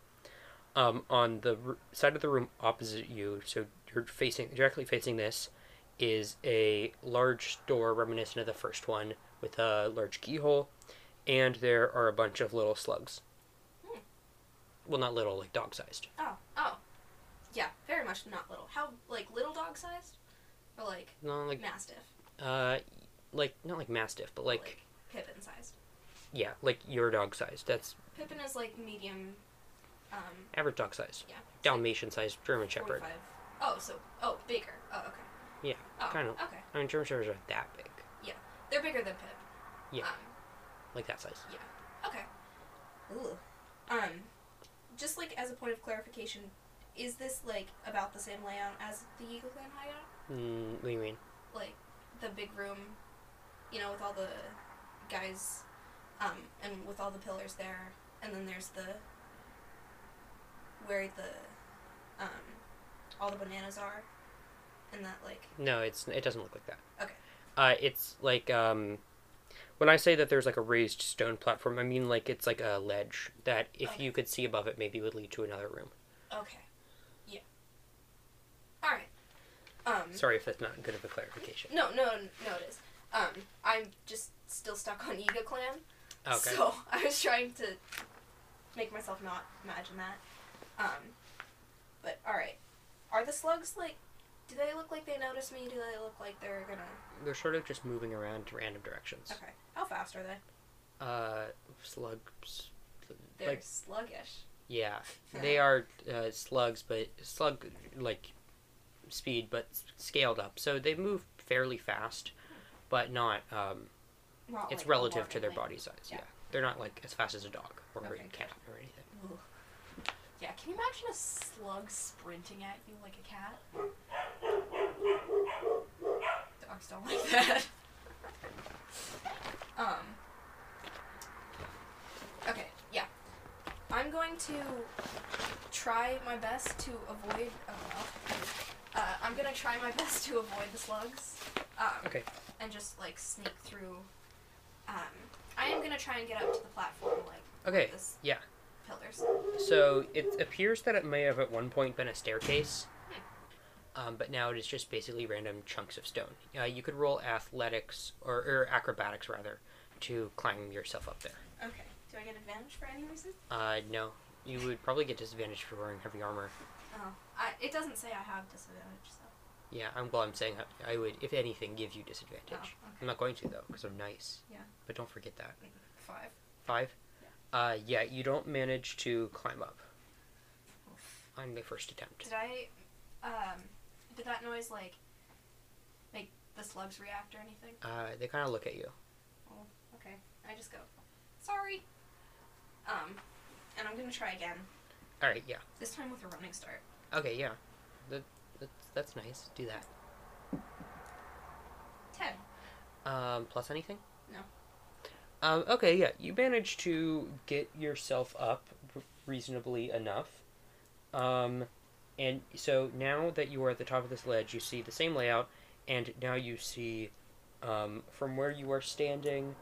S1: Um, on the r- side of the room opposite you, so you're facing directly facing this, is a large door reminiscent of the first one with a large keyhole, and there are a bunch of little slugs.
S2: Hmm.
S1: Well, not little, like dog sized.
S2: Oh, oh. Yeah, very much not little. How, like, little dog sized? Or, like,
S1: No, like
S2: mastiff?
S1: uh, like not like mastiff, but like,
S2: like Pippin sized.
S1: yeah, like your dog sized. That's
S2: Pippin is, like, medium. Um,
S1: average dog sized,
S2: yeah. it's like
S1: Dalmatian sized German Shepherd.
S2: 45. Oh, so. Oh, bigger. Oh, okay.
S1: Yeah,
S2: Oh,
S1: kinda.
S2: Okay.
S1: I mean, German Shepherds are that big,
S2: They're bigger than Pip.
S1: Yeah.
S2: Um,
S1: like that size.
S2: Okay. Ooh. Um, just like as a point of clarification, is this like about the same layout as the Eagle Clan hideout?
S1: Mm, what do you mean?
S2: Like the big room, you know, with all the guys, um, and with all the pillars there, and then there's the where the um, all the bananas are, and that like
S1: No, it's it doesn't look like that.
S2: Okay.
S1: Uh, it's like um, when I say that there's like a raised stone platform, I mean like it's like a ledge that if
S2: Okay.
S1: you could see above it, maybe would lead to another room.
S2: okay, yeah. All right. Um,
S1: Sorry if that's not good of a clarification.
S2: No, no, no, it is. Um, I'm just still stuck on Ego Clan.
S1: Okay.
S2: So I was trying to make myself not imagine that. Um, but all right, are the slugs like? Do they look like they notice me? Do they look like they're gonna?
S1: They're sort of just moving around to random directions.
S2: Okay. How fast are they?
S1: Uh, slugs.
S2: They're
S1: Like
S2: sluggish.
S1: yeah, they are uh, slugs, but slug like speed, but s- scaled up. So they move fairly fast, but not um,
S2: Not,
S1: it's
S2: like,
S1: relative to their
S2: alarmingly-
S1: body size. Yeah.
S2: Yeah.
S1: they're not like as fast as a dog or
S2: Okay,
S1: a
S2: good.
S1: cat or anything.
S3: Ugh. Yeah, can you imagine a slug sprinting at you like a cat? Dogs don't like that.
S2: Um. Okay, yeah. I'm going to try my best to avoid. Oh well. Uh, I'm gonna try my best to avoid the slugs. Um,
S1: Okay.
S2: And just like sneak through. Um, I am gonna try and get up to the platform, like
S1: Okay,
S2: this
S1: yeah.
S2: pillars.
S1: So it appears that it may have at one point been a staircase,
S2: Hmm.
S1: um, but now it is just basically random chunks of stone. Uh, you could roll athletics or, or acrobatics rather to climb yourself up there.
S2: Okay. Do I get advantage for any reason?
S1: Uh, no, you would probably get disadvantage for wearing heavy armor.
S2: Oh, I, it doesn't say I have disadvantage, so. oh,
S1: Yeah, I'm well. I'm saying uh, I- I would, if anything, give you disadvantage.
S2: Oh, okay.
S1: I'm not going to though, because I'm nice.
S2: Yeah.
S1: But don't forget that.
S2: Five.
S1: Five. Uh, yeah, you don't manage to climb up on the first attempt.
S2: Did I, um, did that noise like make the slugs react or anything?
S1: Uh, they kind of look at you.
S2: Okay, I just go, sorry. Um, and I'm gonna try again.
S1: All right, yeah.
S2: This time with a running start.
S1: Okay, yeah. That, that's, that's nice. Do that.
S2: Ten.
S1: Um, plus anything?
S2: No.
S1: Um, okay, yeah. You manage to get yourself up r- reasonably enough. Um, and so now that you are at the top of this ledge, you see the same layout, and now you see um, from where you are standing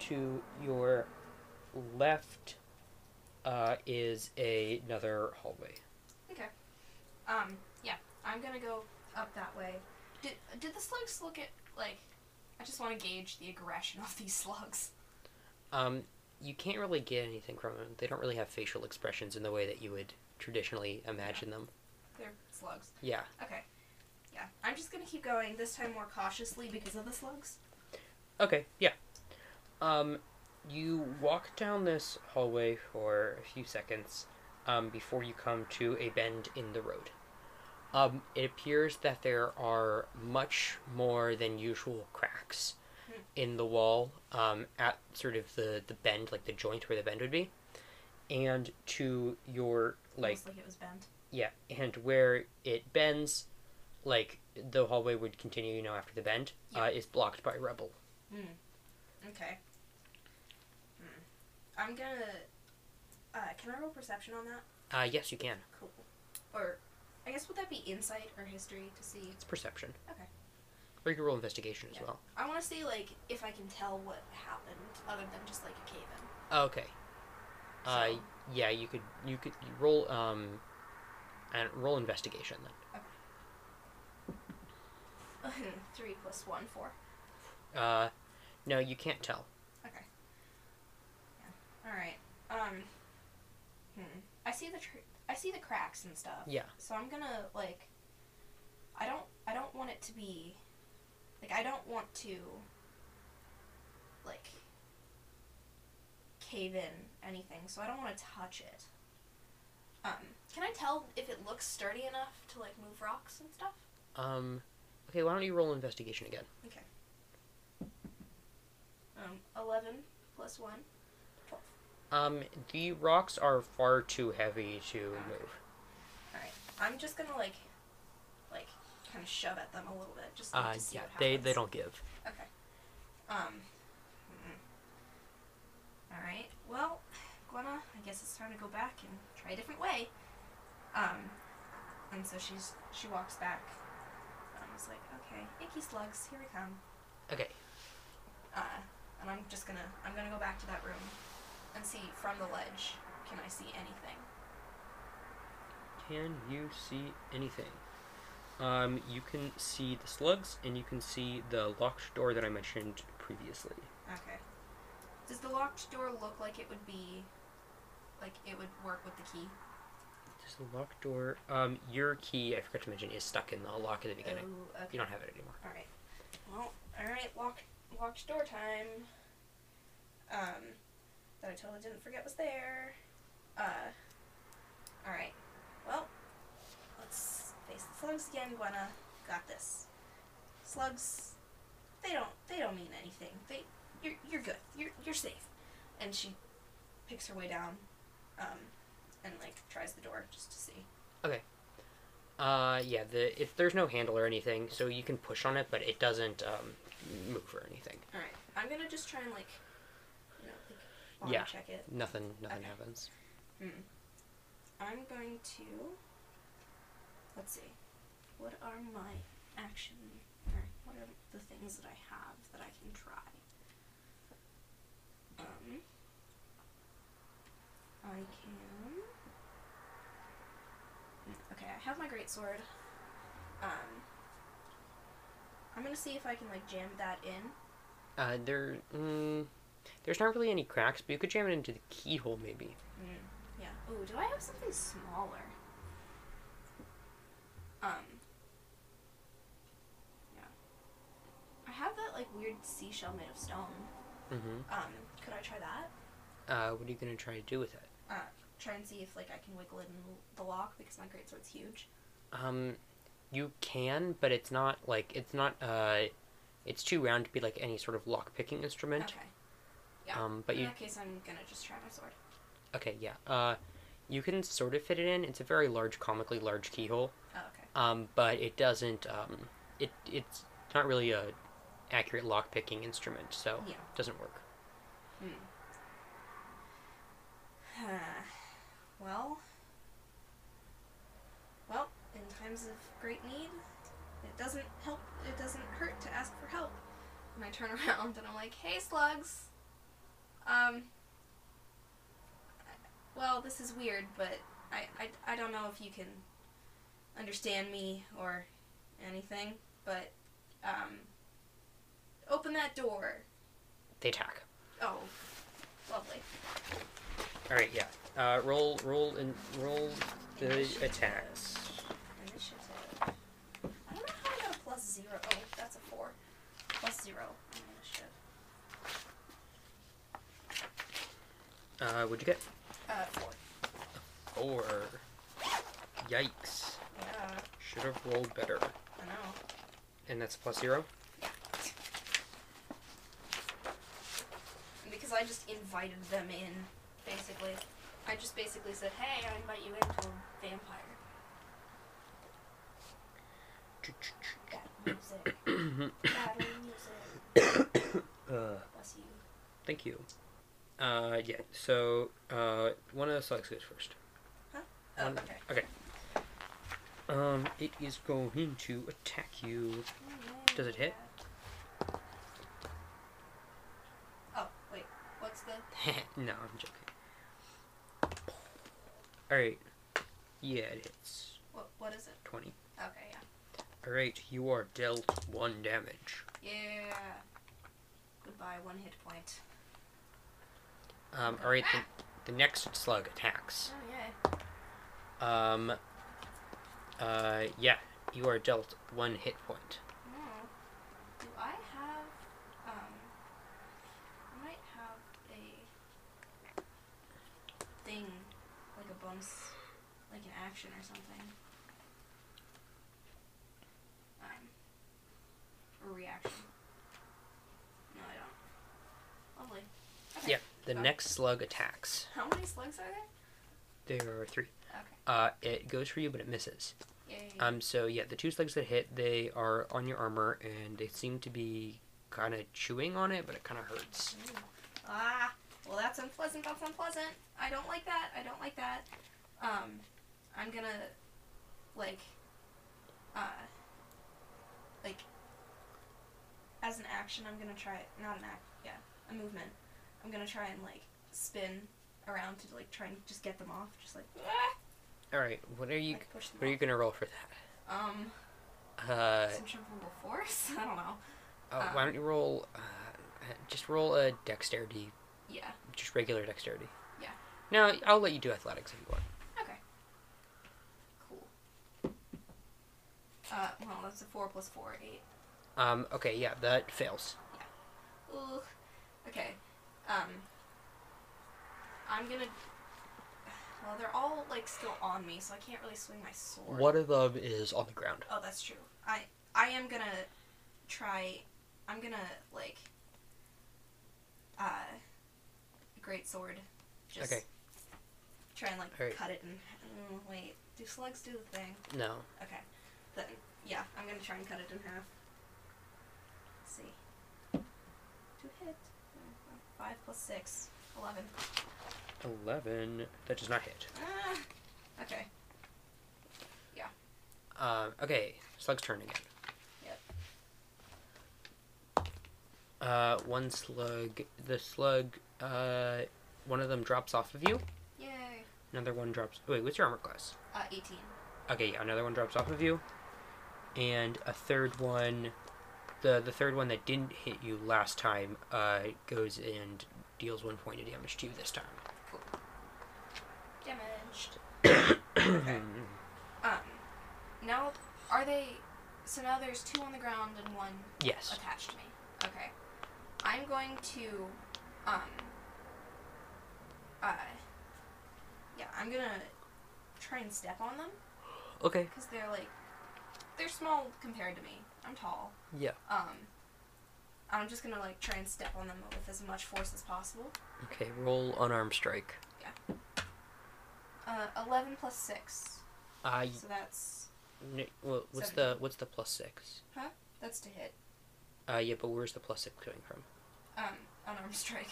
S1: to your left uh, is a, another hallway.
S2: Um, yeah, I'm gonna go up that way. Did did the slugs look at like? I just want to gauge the aggression of these slugs.
S1: Um, you can't really get anything from them. They don't really have facial expressions in the way that you would traditionally imagine them.
S2: They're slugs.
S1: Yeah.
S2: Okay. Yeah, I'm just gonna keep going. This time more cautiously because of the slugs.
S1: Okay. Yeah. Um, you walk down this hallway for a few seconds um, before you come to a bend in the road. Um, it appears that there are much more than usual cracks
S2: Hmm.
S1: in the wall um, at sort of the, the bend, like the joint where the bend would be. And to your, like,
S3: Almost like it was bent.
S1: yeah, and where it bends, like the hallway would continue, you know, after the bend,
S2: Yeah.
S1: uh, is blocked by rubble.
S2: Okay. Hmm. I'm gonna. Uh, can I roll perception on that?
S1: Uh, yes, you can.
S2: Cool. Or, I guess would that be insight or history to see?
S1: It's perception.
S2: Okay.
S1: Or you can roll investigation as
S2: Yeah.
S1: well.
S2: I want to see like if I can tell what happened other than just like a cave in.
S1: Oh, Okay. Uh,
S2: So-
S1: yeah, you could you could you roll um, and roll investigation then.
S2: Three plus one, four.
S1: Uh, no, you can't tell.
S2: All right. Um. Hmm. I see the tr- I see the cracks and stuff.
S1: Yeah.
S2: So I'm gonna like. I don't. I don't want it to be. Like I don't want to. Like. Cave in anything, so I don't want to touch it. Um. Can I tell if it looks sturdy enough to like move rocks and stuff?
S1: Um, okay, why don't you roll investigation again?
S2: Um. Eleven plus one. Twelve.
S1: Um, the rocks are far too heavy to move.
S2: I'm just gonna like. Like, kind of shove at them a little bit, just like,
S1: Uh,
S2: to see
S1: yeah,
S2: what
S1: they
S2: happens.
S1: they don't give.
S2: Okay. Um. All right. Well, Gwenna, I guess it's time to go back and try a different way. Um. And so she's she walks back. And I was like, okay, icky slugs, here we come.
S1: Okay.
S2: Uh, and I'm just gonna I'm gonna go back to that room, and see from the ledge can I see anything?
S1: Can you see anything? Um, you can see the slugs, and you can see the locked door that I mentioned previously.
S2: Okay. Does the locked door look like it would be, like it would work with the key?
S1: Does the locked door? Um, your key, I forgot to mention, is stuck in the lock at the beginning.
S2: Oh, okay.
S1: You don't have it anymore.
S2: All right. Well, all right. Lock, locked door time. Um, that I totally didn't forget was there. Uh, all right. Well, let's face the slugs again, Gwenna. Got this. Slugs, they don't, they don't mean anything. They, you're, you're good. You're, you're safe. And she picks her way down, um, and like tries the door just to see.
S1: Uh, yeah. The if there's no handle or anything, so you can push on it, but it doesn't um, move or anything.
S2: All right. I'm gonna just try and like, you know, like, bottom
S1: Yeah.
S2: check it.
S1: Nothing. Nothing
S2: Okay.
S1: happens.
S2: I'm going to. Let's see. What are my action? Or what are the things that I have that I can try? Um. I can. Mm, Okay, I have my greatsword. Um. I'm gonna see if I can, like, jam that in.
S1: Uh, there. Mm, there's not really any cracks, but you could jam it into the keyhole maybe.
S2: Yeah. Ooh, do I have something smaller? Um. Yeah. I have that like weird seashell made of stone.
S1: Mm-hmm.
S2: Um, could I try that? Uh,
S1: Uh, what are you gonna try to do with it?
S2: Try and see if like I can wiggle it in the lock because my greatsword's huge.
S1: Um, you can, but it's not like it's not. Uh, it's too round to be like any sort of lock picking instrument.
S2: Okay. Oh, yeah.
S1: Um, but
S2: in
S1: you
S2: that case, I'm gonna just try my sword.
S1: okay? Yeah. Uh, you can sort of fit it in. It's a very large, comically large keyhole.
S2: Oh, okay.
S1: Um, but it doesn't. Um, it it's not really a accurate lock picking instrument, so
S2: Yeah.
S1: it doesn't work.
S2: Huh. well. Well, in times of great need, it doesn't help. It doesn't hurt to ask for help. And I turn around and I'm like, "Hey, slugs. Um. Well, this is weird, but I I, I don't know if you can understand me or anything, but um. Open that door.
S1: They attack.
S2: Oh, lovely.
S1: All right. Yeah. Uh, roll, roll, and roll the
S2: Initiative.
S1: attacks.
S2: Initiative. I don't know how I got a plus zero. Oh, that's a four. Plus zero on initiative.
S1: Uh, what'd you get?
S3: Uh, four.
S1: Four. Yikes.
S2: Uh,
S3: Yeah,
S1: Should have rolled better.
S3: I know.
S1: And that's plus zero?
S2: Because I just invited them in.
S3: Basically, I just basically said, "Hey, I invite you into a vampire."
S2: That music.
S3: Battle music.
S1: uh,
S3: Bless you.
S1: thank you. Uh, yeah, so uh, one of the slugs goes first.
S2: Oh,
S1: One-
S2: okay.
S1: Um, it is going to attack you. Does it hit?
S2: Oh, wait. What's the.
S1: no, I'm joking. Alright. Yeah, it hits.
S2: What, what is it?
S1: 20.
S2: Okay,
S1: Alright, you are dealt one damage.
S2: yeah. Yeah. Goodbye, one hit point.
S1: Um, alright, the, the next slug attacks.
S3: Oh yeah.
S1: Um, uh, yeah, you are dealt one hit point.
S3: No. Do I have? Um. I might have a
S2: Thing. Like a bonus. Like an action or something. Um. A reaction. No, I don't.
S3: lovely.
S1: The
S3: Okay.
S1: next slug attacks.
S3: How many slugs are there?
S1: There are three.
S3: Okay.
S1: Uh, it goes for you, but it misses.
S3: Yay.
S1: Um, so yeah, the two slugs that hit, they are on your armor, and they seem to be kind of chewing on it, but it kind of hurts.
S2: Ah! Well, that's unpleasant. That's unpleasant. I don't like that. I don't like that.
S1: Mm.
S2: Um. I'm gonna. Like. Uh. Like. As an action, I'm gonna try. Not an act. Yeah. A movement. I'm gonna try and, like, spin around to, like, try and just get them off. Just, like. Ah!
S1: All right, what are you?
S2: Like, push them
S1: What are you
S2: off.
S1: gonna roll for that?
S2: Um.
S1: Uh,
S2: Some triple force? I don't know.
S1: uh, why don't you roll? Uh, just roll a dexterity,
S2: Yeah.
S1: just regular dexterity.
S2: Yeah.
S1: No, I'll let you do athletics if you want.
S2: Cool. Uh, well, that's a 4 plus 4, 8.
S1: Um, okay, yeah, that fails.
S2: Ugh. Okay. Um. I'm gonna. Well, they're all like still on me, so I can't really swing my sword.
S1: One of them is on the ground.
S2: Oh, that's true. I I am gonna try. I'm gonna like. Uh. Great sword. Just
S1: Okay.
S2: Try and like
S1: All right.
S2: cut it and mm, wait. Do slugs do the thing?
S1: No.
S2: Okay. Then yeah, I'm gonna try and cut it in half. Let's see. Two hit. Five plus six. Eleven.
S1: 11. That does not hit.
S2: Ah, okay.
S1: Um, okay, slug's turn again.
S2: Yep.
S1: Uh, one slug. The slug, uh, one of them drops off of you.
S2: Yay.
S1: Another one drops. Wait, what's your armor class?
S2: Uh, eighteen.
S1: Okay, yeah, another one drops off of you. And a third one. The, the third one that didn't hit you last time uh, goes and deals one point of damage to you this time.
S2: Damaged. Um. Now, are they? So now there's two on the ground and one
S1: yes.
S2: attached to me. Okay. I'm going to, um. Uh. Yeah, I'm gonna try and step on them.
S1: Okay.
S2: because they're like they're small compared to me. I'm tall.
S1: Yeah.
S2: Um, I'm just gonna like try and step on them with as much force as possible.
S1: Okay, roll unarmed strike.
S2: Uh, eleven plus six,
S1: Uh, y-
S2: so that's
S1: n- well, what's
S2: Seventeen.
S1: the what's the plus six?
S2: that's to hit.
S1: Uh, yeah, but where's the plus six coming from?
S2: Um, unarmed strike.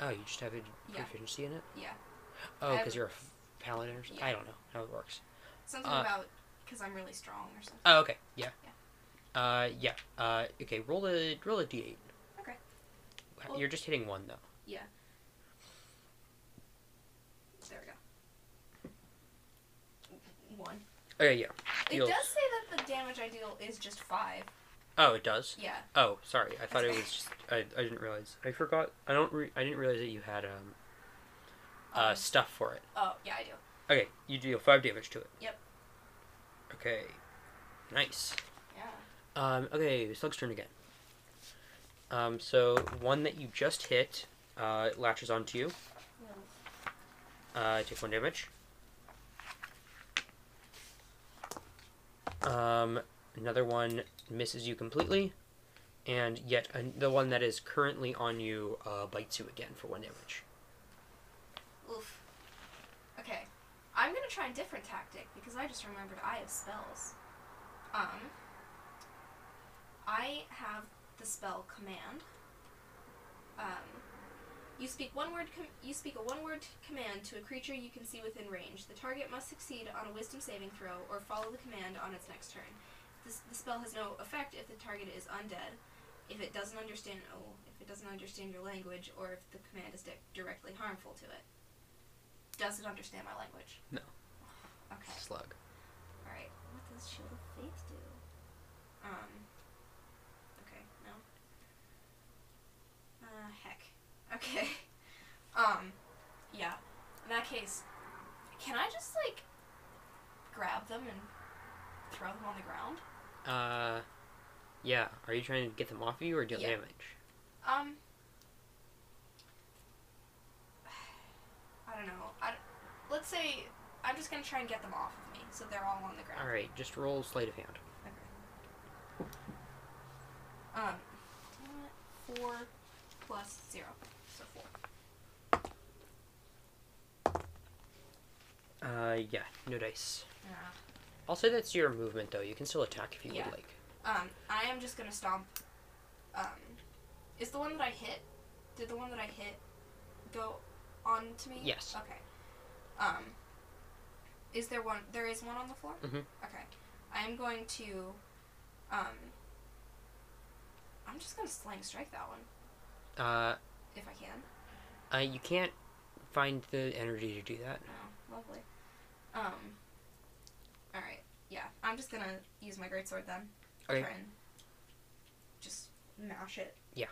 S1: Oh, you just have a
S2: Yeah.
S1: proficiency in it.
S2: Yeah.
S1: Oh,
S2: I have-
S1: because you're a f- paladin or something.
S2: Yeah.
S1: I don't know how it works.
S2: Something
S1: Uh.
S2: about because I'm really strong or something.
S1: Oh, okay. Yeah. Uh, yeah. Uh, okay. Roll a roll a d8.
S2: Okay.
S1: H-
S2: Well-
S1: You're just hitting one though.
S2: There we go. One.
S1: Okay. Oh, Yeah.
S2: It
S1: You'll-
S2: does say that the damage I deal is just five.
S1: Oh, it does.
S2: Yeah.
S1: Oh, sorry. I thought it was just. I, I didn't realize. I forgot. I don't. Re- I didn't realize that you had um. Uh,
S2: Um,
S1: stuff for it.
S2: Oh, yeah, I do.
S1: Okay, you deal five damage to it.
S2: Yep.
S1: Okay. Nice.
S2: Yeah.
S1: Um, okay, Slug's turn again. Um, so one that you just hit uh, latches onto you.
S2: Well,
S1: Uh, I take one damage. Um, another one misses you completely, and yet an- the one that is currently on you uh, bites you again for one damage.
S2: Oof. Okay. I'm gonna try a different tactic because I just remembered I have spells. Um. I have the spell command. Um. You speak one word. Com- you speak a one-word command to a creature you can see within range. The target must succeed on a Wisdom saving throw or follow the command on its next turn. This, the spell has no effect if the target is undead, if it doesn't understand oh, if it doesn't understand your language, or if the command is di- directly harmful to it. Does it understand my language?
S1: No.
S2: Okay.
S1: Slug.
S2: Alright. What does Shield of Faith do? Um. Okay, no. Uh, heck. Okay. Um, yeah. In that case, can I just, like, grab them and throw them on the ground?
S1: Uh, yeah. Are you trying to get them off you or deal
S2: Yeah.
S1: damage?
S2: Um. I don't know. I, let's say I'm just gonna try and get them off of me, so they're all on the ground.
S1: All right, just roll sleight of hand.
S2: Um, four plus zero, so four.
S1: Uh, yeah, no dice.
S2: Yeah.
S1: Also, that's your movement though. You can still attack if you
S2: Yeah.
S1: would like.
S2: Um, I am just gonna stomp. Um, is the one that I hit? Did the one that I hit go on to me?
S1: Yes.
S2: Okay. Um, is there one? There is one on the floor.
S1: Mhm.
S2: Okay. I am going to. Um, I'm just gonna slang strike that one
S1: Uh,
S2: if I can.
S1: uh, you can't find the energy to do that.
S2: Oh, lovely. Um. All right. Yeah, I'm just gonna use my greatsword then.
S1: Okay.
S2: Try and just mash it.
S1: Yeah.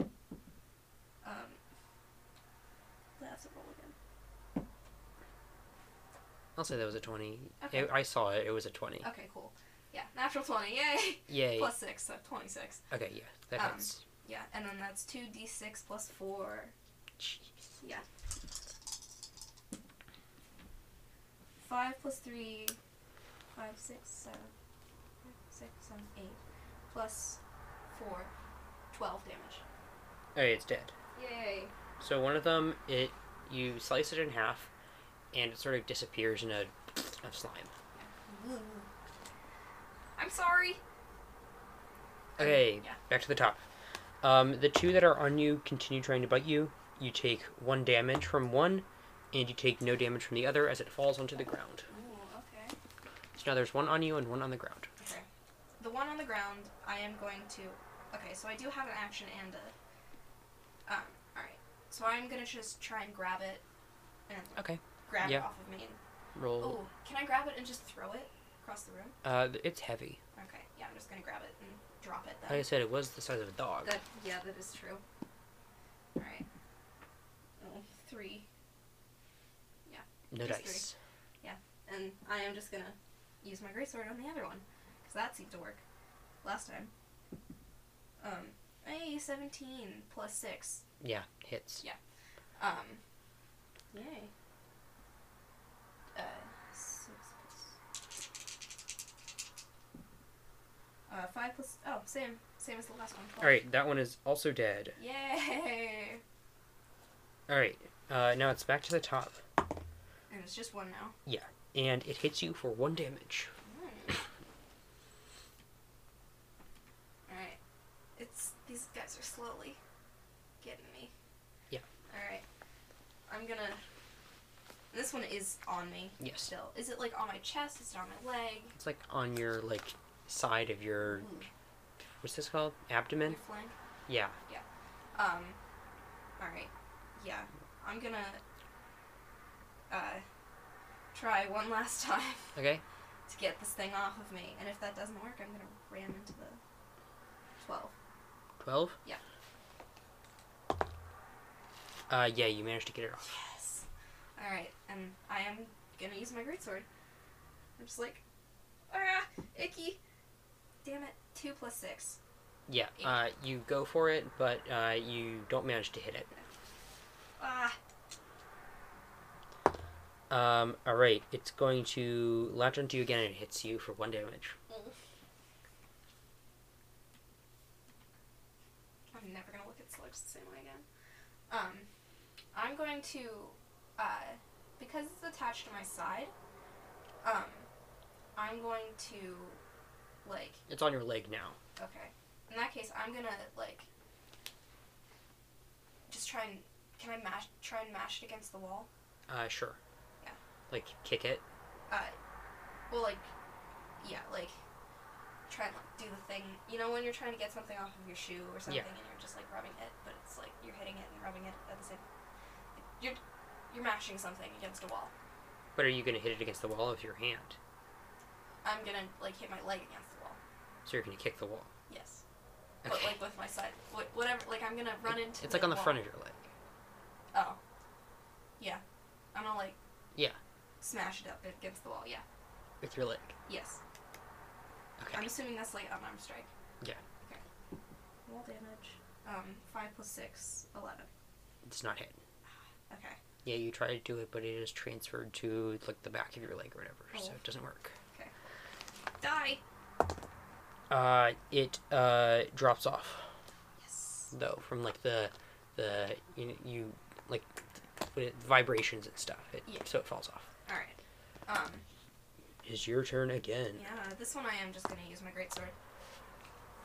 S2: Um. That's a roll again.
S1: I'll say that was a twenty.
S2: Okay.
S1: I I saw it. It was a twenty.
S2: Okay, cool. Yeah, natural twenty. Yay!
S1: Yay.
S2: Plus six, so twenty-six.
S1: okay, yeah, that
S2: Um,
S1: hits.
S2: Yeah, and then that's two d six plus four.
S1: Jeez.
S2: Five plus three. Five, six, seven, six, seven, eight. Plus four. Twelve damage.
S1: Okay, it's dead.
S2: Yay!
S1: So one of them, it you slice it in half, and it sort of disappears in a of slime.
S2: Um, I'm sorry.
S1: Okay,
S2: Yeah.
S1: back to the top. Um, the two that are on you continue trying to bite you. You take one damage from one, and you take no damage from the other as it falls onto the ground.
S2: Ooh, okay.
S1: So now there's one on you and one on the ground.
S2: The one on the ground, I am going to. Okay, so I do have an action and a. Um, alright. So I'm gonna just try and grab it and
S1: Okay.
S2: grab it
S1: Yeah.
S2: off of me. and-
S1: Roll.
S2: Oh, can I grab it and just throw it across the room?
S1: Uh, it's heavy.
S2: Okay, yeah, I'm just gonna grab it and drop it
S1: Like I
S2: then.
S1: said, it was the size of a dog.
S2: That, yeah, that is true. Alright. Oh, three.
S1: no
S2: just
S1: dice.
S2: and I am just gonna use my greatsword on the other one because that seemed to work last time. Um, hey, seventeen plus six.
S1: Yeah, hits.
S2: Um, yay. Uh, six plus. Uh, five plus. Oh, same, same as the last one. 12.
S1: All right, that one is also dead.
S2: Yay!
S1: All right, uh, now it's back to the top,
S2: And it's just one now.
S1: and it hits you for one damage.
S2: Mm. Alright. It's these guys are slowly getting me.
S1: Yeah.
S2: Alright. I'm gonna this one is on me
S1: Yes,
S2: still. Is it like on my chest? Is it on my leg?
S1: it's like on your like side of your
S2: Ooh,
S1: what's this called?
S2: your
S1: Abdomen.
S2: flank?
S1: Yeah.
S2: Um alright. Yeah. I'm gonna uh try one last time
S1: Okay.
S2: to get this thing off of me. And if that doesn't work I'm gonna ram into the twelve.
S1: Twelve.
S2: Yeah.
S1: Uh, yeah, you managed to get it off.
S2: Yes. All right, and I am gonna use my greatsword. I'm just like, ah, icky. Damn it! Two plus six.
S1: Yeah. Uh, you go for it, but uh, you don't manage to hit it.
S2: Ah.
S1: Um, alright, it's going to latch onto you again and it hits you for one damage.
S2: I'm never gonna look at slugs the same way again. Um, I'm going to, uh, because it's attached to my side. Um, I'm going to, like,
S1: It's on your leg now.
S2: okay. In that case, I'm gonna like, just try and can I mash try and mash it against the wall?
S1: Uh, sure.
S2: Yeah.
S1: Like, kick it.
S2: Uh, Well, like, yeah, like, try and like, do the thing. You know when you're trying to get something off of your shoe or something, and you're just like rubbing it, but it's like you're hitting it and rubbing it at the same. You're you're mashing something against a wall.
S1: But are you going to hit it against the wall with your hand?
S2: I'm gonna like hit my leg against the wall.
S1: So you're going to kick the wall.
S2: Yes,
S1: Okay.
S2: but like with my side, wh- whatever. Like I'm gonna run into.
S1: it's like on the
S2: wall.
S1: front of your leg.
S2: Oh. Yeah. I'm gonna like.
S1: Yeah.
S2: Smash it up against the wall. Yeah.
S1: With your leg.
S2: Yes.
S1: Okay.
S2: I'm assuming that's like unarmed strike.
S1: Yeah.
S2: Okay. Wall damage. Um, five plus six, eleven.
S1: It's not hit.
S2: Okay.
S1: Yeah, you try to do it, but it is transferred to, like, the back of your leg or whatever. So
S2: Oh.
S1: it doesn't work.
S2: Die.
S1: Uh, it, uh, drops off.
S2: Yes.
S1: though from like the the you, you like th- vibrations and stuff it,
S2: Yeah.
S1: so it falls off
S2: All right. Um.
S1: it's your turn again
S2: Yeah. This one I am just gonna use my great sword.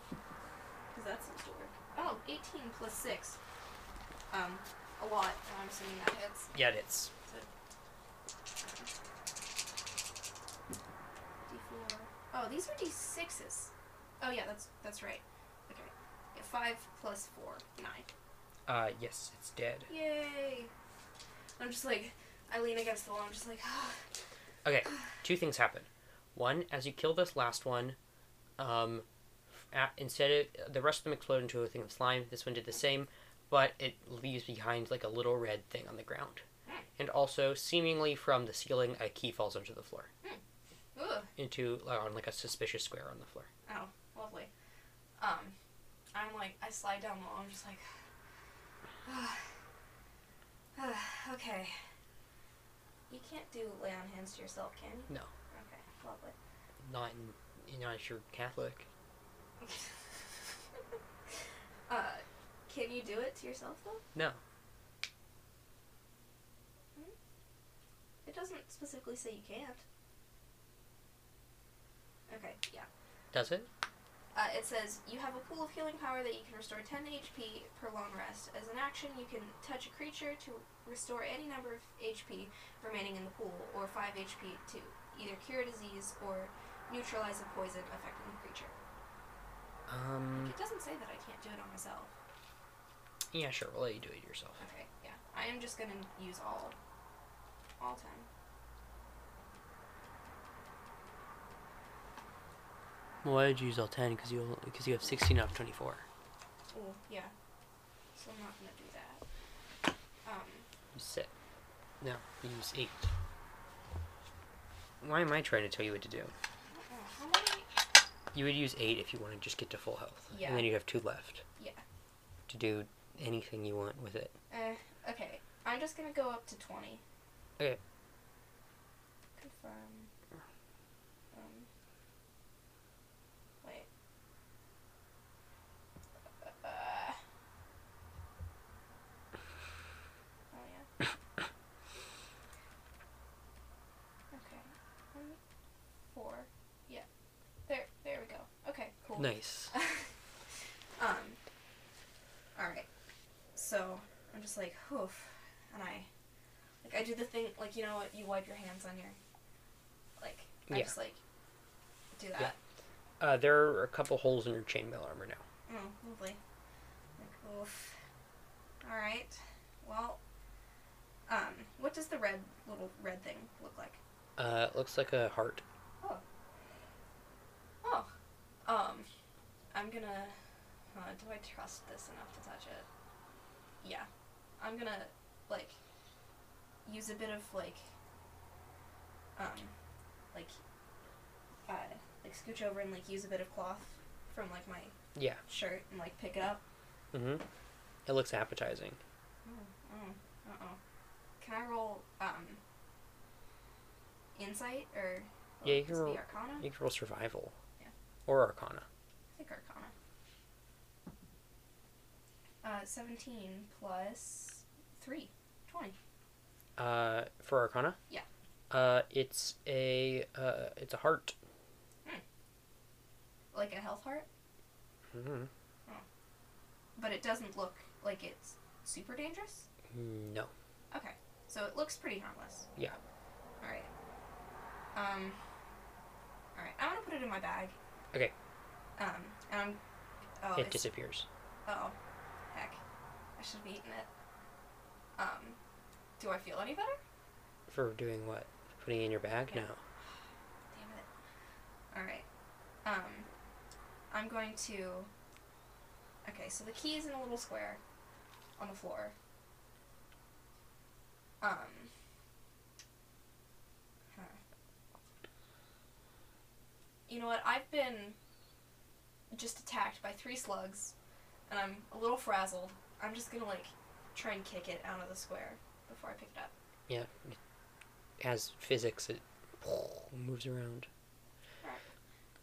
S2: Cause that seems to work. Oh, 18 plus six. Um, a lot. And I'm assuming that hits.
S1: yeah it is
S2: D4. Oh, these are D6s. Oh yeah, that's that's right. Okay. Yeah, five plus four, nine.
S1: uh yes it's dead
S2: Yay! I'm just like, I lean against the wall. I'm just like,
S1: okay two things happen one as you kill this last one um a instead of the rest of them explode into a thing of slime this one did the same but it leaves behind like a little red thing on the ground and also seemingly from the ceiling a key falls onto the floor
S2: ugh,
S1: into like, on like a suspicious square on the floor
S2: lovely. Um, I'm like, I slide down the wall. I'm just like, okay. You can't do lay on hands to yourself, can you?
S1: No.
S2: Okay, lovely.
S1: not in, not if you're catholic
S2: uh, can you do it to yourself though?
S1: No.
S2: Hmm? It doesn't specifically say you can't. Okay, yeah.
S1: Does it?
S2: Uh, it says you have a pool of healing power that you can restore 10 HP per long rest. As an action, you can touch a creature to restore any number of HP remaining in the pool, or 5 HP to either cure disease or neutralize a poison affecting the creature.
S1: Um.
S2: It doesn't say that I can't do it on myself.
S1: Yeah, sure. We'll let you do it yourself.
S2: Okay, yeah. I am just gonna use all. All time.
S1: Well, why did you use all ten? Because you because you have sixteen out of twenty four.
S2: Oh, yeah. So I'm not gonna do that. Um,
S1: Sit. No, you use eight. Why am I trying to tell you what to do?
S2: oh, how many?
S1: You would use eight if you want to just get to full health.
S2: Yeah.
S1: And then you have two left.
S2: Yeah.
S1: To do anything you want with it.
S2: Uh, okay. I'm just gonna go up to 20.
S1: Okay.
S2: Confirm. Um, wait. Uh, oh, yeah. okay. Um, Four. Yeah. There, there we go. Okay, cool.
S1: Nice.
S2: um. All right. So I'm just like, hoof, and I, like, I do the thing, like you know what, you wipe your hands on your, like, I
S1: Yeah.
S2: just like, do
S1: Yeah.
S2: that.
S1: Uh, there are a couple holes in your chainmail armor now.
S2: Oh, lovely. Like, oof. All right. Well. Um. What does the red little red thing look like?
S1: Uh, it looks like a heart.
S2: Oh. Um. I'm gonna. Uh, do I trust this enough to touch it? Yeah. I'm gonna, like, use a bit of, like, um, like, uh, like scooch over and, like, use a bit of cloth from, like, my
S1: Yeah.
S2: shirt and, like, pick it up.
S1: Mm-hmm. It looks appetizing.
S2: Oh, uh oh. Can I roll, um, Insight or or
S1: Yeah, you can
S2: just
S1: roll-
S2: be Arcana.
S1: You can roll survival.
S2: Yeah.
S1: Or arcana.
S2: I think Arcana. Uh, 17 plus 3. 20.
S1: Uh, for arcana.
S2: Yeah.
S1: Uh, it's a uh, it's a heart.
S2: Like a health heart,
S1: Mhm.
S2: but it doesn't look like it's super dangerous.
S1: No.
S2: Okay, so it looks pretty harmless.
S1: Yeah.
S2: Alright. Um. Alright, I'm gonna put it in my bag.
S1: Okay.
S2: Um, and I'm. Oh,
S1: it
S2: it's
S1: disappears.
S2: Oh, heck. I should have eaten it. Um, do I feel any better?
S1: For doing what? Putting it in your bag?
S2: Yeah.
S1: No.
S2: Damn it. Alright. Um, I'm going to. Okay, so the key is in a little square on the floor. Um. huh. You know what? I've been just attacked by three slugs, and I'm a little frazzled. I'm just gonna, like, try and kick it out of the square before I pick it up.
S1: Yeah. It has physics. It moves around.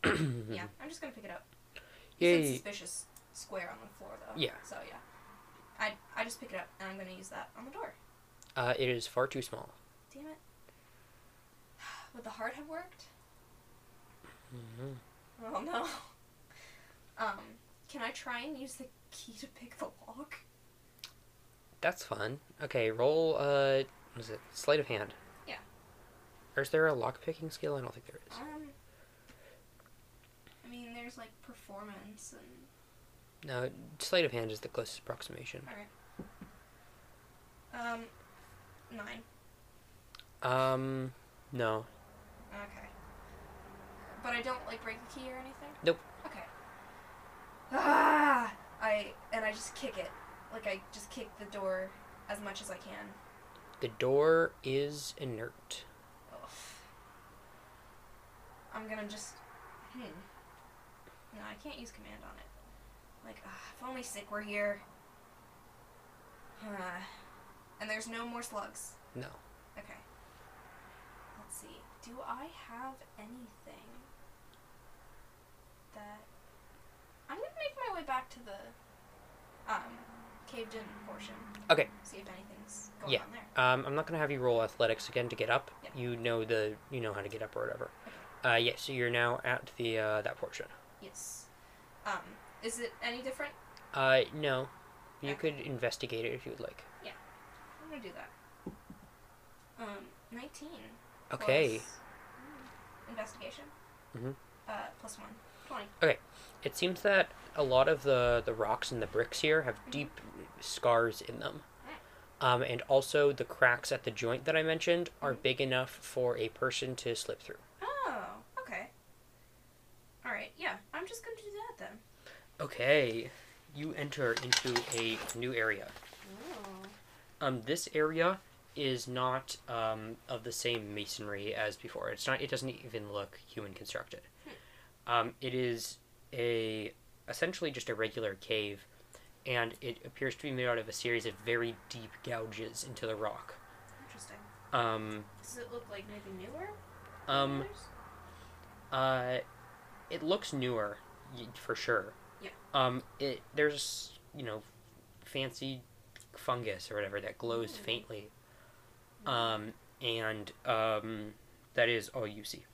S1: Mm-hmm.
S2: Yeah, I'm just gonna pick it up. It's a
S1: Yay.
S2: suspicious square on the floor, though.
S1: Yeah.
S2: So yeah, I I just pick it up and I'm gonna use that on the door.
S1: Uh, it is far too small.
S2: Damn it. Would the heart have worked?
S1: Mhm.
S2: Oh no. Um, can I try and use the key to pick the lock?
S1: That's fun. Okay, roll. Uh, what is it sleight of hand?
S2: Yeah.
S1: Or is there a lock picking skill? I don't think there is.
S2: Um. I mean, there's like performance and
S1: No, sleight of hand is the closest approximation.
S2: um, nine.
S1: Um, no.
S2: Okay. But I don't like break the key or anything.
S1: Nope.
S2: Okay. Ah! I and I just kick it. Like I just kick the door as much as I can.
S1: The door is inert.
S2: Ugh. I'm gonna just. Hmm. No, I can't use command on it. Like, ah, if only sick were here. Ah. and there's no more slugs.
S1: No.
S2: Okay. Let's see. Do I have anything that I'm gonna make my way back to the um caved in portion.
S1: Okay.
S2: See if anything's going
S1: Yeah.
S2: on there.
S1: Um, I'm not gonna have you roll athletics again to get up.
S2: Yeah.
S1: You know the you know how to get up or whatever. Uh, yeah. So you're now at the uh, that portion.
S2: Yes. Um, is it any different?
S1: Uh, no. You
S2: Okay.
S1: could investigate it if you would like.
S2: I'm gonna do that. Um, nineteen.
S1: Okay.
S2: plus- hmm, investigation.
S1: Mhm.
S2: Uh, plus one. Twenty.
S1: It seems that a lot of the the rocks and the bricks here have
S2: Mhm.
S1: deep scars in them. Um, and also the cracks at the joint that I mentioned are
S2: Mhm.
S1: big enough for a person to slip through.
S2: Oh, okay. All right. Yeah, I'm just gonna do that then.
S1: Okay. You enter into a new area.
S2: Oh,
S1: Um, this area is not um, of the same masonry as before. It's not. It doesn't even look human constructed. Um, it is a essentially just a regular cave, and it appears to be made out of a series of very deep gouges into the rock.
S2: Interesting.
S1: Um,
S2: Does it look like maybe newer? than
S1: um,
S2: others?
S1: uh, it looks newer y- for sure.
S2: Yeah.
S1: Um, it there's you know fancy fungus or whatever that glows
S2: Mm.
S1: faintly. Um, and um, that is all you see.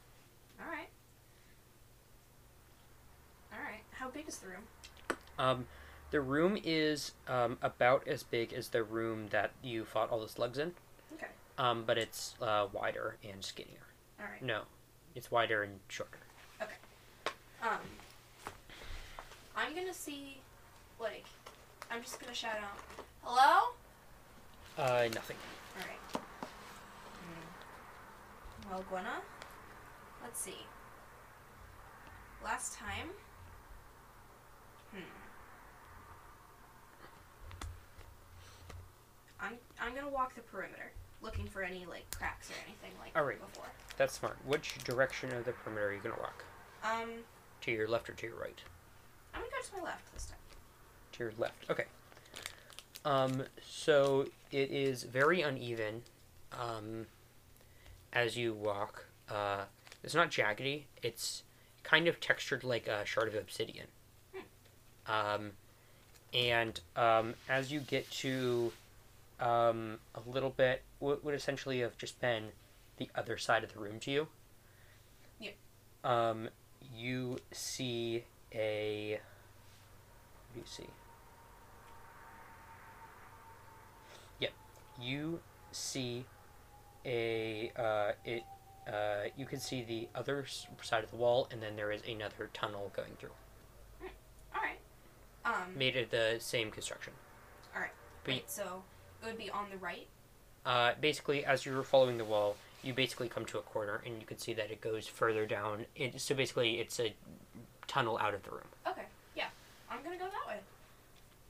S2: All right. All right. How big is the room?
S1: Um, the room is um, about as big as the room that you fought all the slugs in.
S2: Okay.
S1: Um, but it's uh, wider and skinnier.
S2: All right.
S1: No, it's wider and shorter.
S2: Um, I'm gonna see, like, I'm just gonna shout out, "Hello!"
S1: Uh, nothing.
S2: All right. Hmm. Well, Gwenna, let's see. Last time. Hmm. I'm I'm gonna walk the perimeter, looking for any like cracks or anything like
S1: All right.
S2: before.
S1: That's smart. Which direction of the perimeter are you gonna walk?
S2: Um,
S1: To your left or to your right?
S2: I'm gonna go to my left this time.
S1: To your left. Okay. Um, so it is very uneven. Um, as you walk. Uh, it's not jaggedy. It's kind of textured like a shard of obsidian. Um, and um, as you get to um, a little bit, what would essentially have just been the other side of the room to you.
S2: Yeah.
S1: Um, you see a. What do you see? Yep. You see a. Uh, it. Uh, you can see the other s- side of the wall, and then there is another tunnel going through.
S3: Alright.
S2: Um,
S1: Made of the same construction. but-
S3: Right, so it would be on the right.
S1: Uh, basically, as you're following the wall, you basically come to a corner, and you can see that it goes further down. It, so basically, it's a tunnel out of the room.
S3: Okay.
S2: I'm gonna go that way.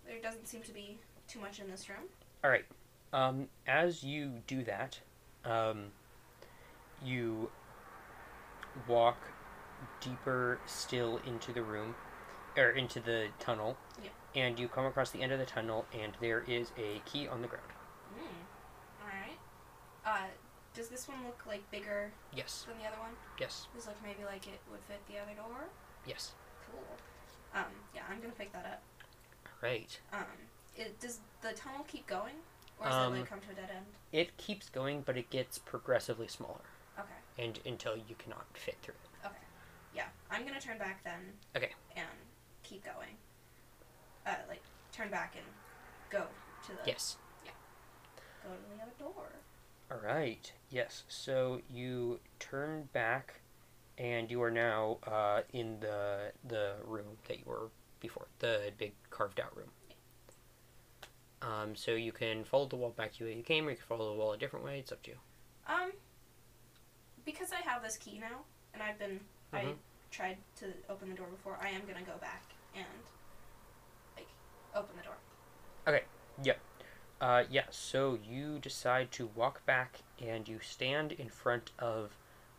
S2: There doesn't seem to be too much in this room.
S1: Um, as you do that, um, you walk deeper still into the room, or into the tunnel,
S2: Yeah.
S1: and you come across the end of the tunnel, and there is a key on the ground.
S3: Mm.
S2: Hmm. Alright. Uh, does this one look like bigger
S1: Yes,
S2: than the other one?
S1: yes,
S2: This looks maybe like it would fit the other door.
S1: yes.
S2: Cool. Um, yeah, I'm gonna pick that
S1: Right.
S2: up. Um, it, does the tunnel keep going, or does
S1: Um,
S2: it like come to a dead end?
S1: It keeps going, but it gets progressively smaller,
S2: Okay.
S1: and until you cannot fit through it.
S2: Okay. Yeah, I'm gonna turn back then.
S1: Okay.
S2: And keep going. Uh, like turn back and go to the
S1: Yes.
S2: go to the other door.
S1: All right. Yes. So you turn back, and you are now uh, in the the room that you were before, the big carved out room. Um, so you can follow the wall back to where you came, or you can follow the wall a different way. It's up to you.
S2: Um, because I have this key now, and I've been I
S1: Mhm.
S2: tried to open the door before. I am gonna go back and like open the door.
S1: Uh, yeah. So you decide to walk back, and you stand in front of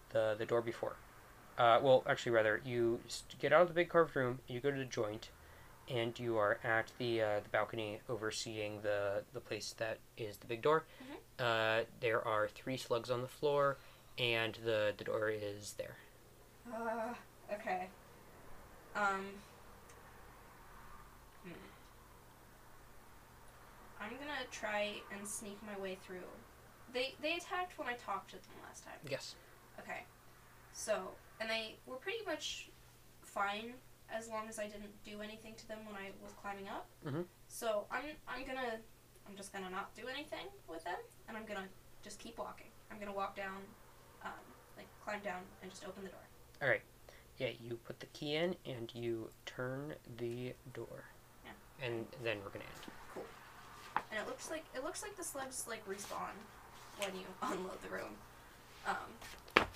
S1: the the door before. Uh, well, actually, rather, you s- get out of the big carved room, you go to the joint, and you are at the uh, the balcony overseeing the the place that is the big door.
S3: Mhm.
S1: Uh, there are three slugs on the floor, and the the door is there.
S2: Uh, okay. Um. hmm.
S3: I'm gonna try and sneak my way through. They they attacked when I talked to them last time.
S1: Yes.
S3: Okay. So and they were pretty much fine as long as I didn't do anything to them when I was climbing up.
S1: Mhm.
S3: So I'm I'm gonna I'm just gonna not do anything with them and I'm gonna just keep walking. I'm gonna walk down, um, like climb down and just open the door.
S1: Yeah. You put the key in, and you turn the door.
S3: Yeah.
S1: And then we're gonna end.
S3: And it looks like it looks like the slugs like respawn when you unload the room. Um,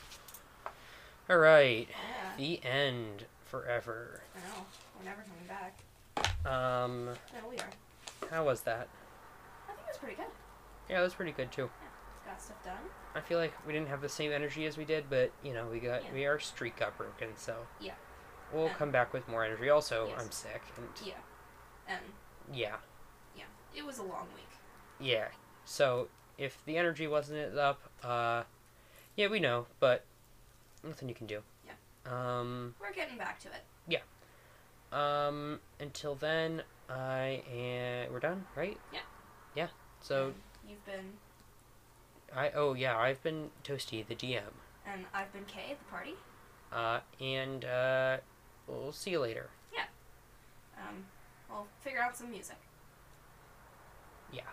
S1: All right.
S3: yeah.
S1: The end forever.
S3: I know. We're never coming back.
S1: Um,
S3: No, we are.
S1: how was that?
S3: I think it was pretty good.
S1: Yeah, it was pretty good too.
S3: Got stuff done.
S1: I feel like we didn't have the same energy as we did, but you know, we got
S3: Yeah.
S1: we our streak got broken, so
S3: Yeah.
S1: We'll
S3: And-
S1: come back with more energy. Also,
S3: Yes.
S1: I'm sick, and
S3: Yeah. And
S1: yeah,
S3: it was a long week.
S1: yeah. So if the energy wasn't up, uh, yeah, we know, but nothing you can do.
S3: Yeah.
S1: Um.
S3: We're getting back to it.
S1: Um. Until then, I am. We're done, right?
S3: Yeah.
S1: Yeah. So
S3: You've been,
S1: I. Oh yeah, I've been Toasty, the DM.
S3: and I've been Kay at the party.
S1: Uh, and uh, we'll see you later.
S3: Um, we'll figure out some music.
S1: Yeah.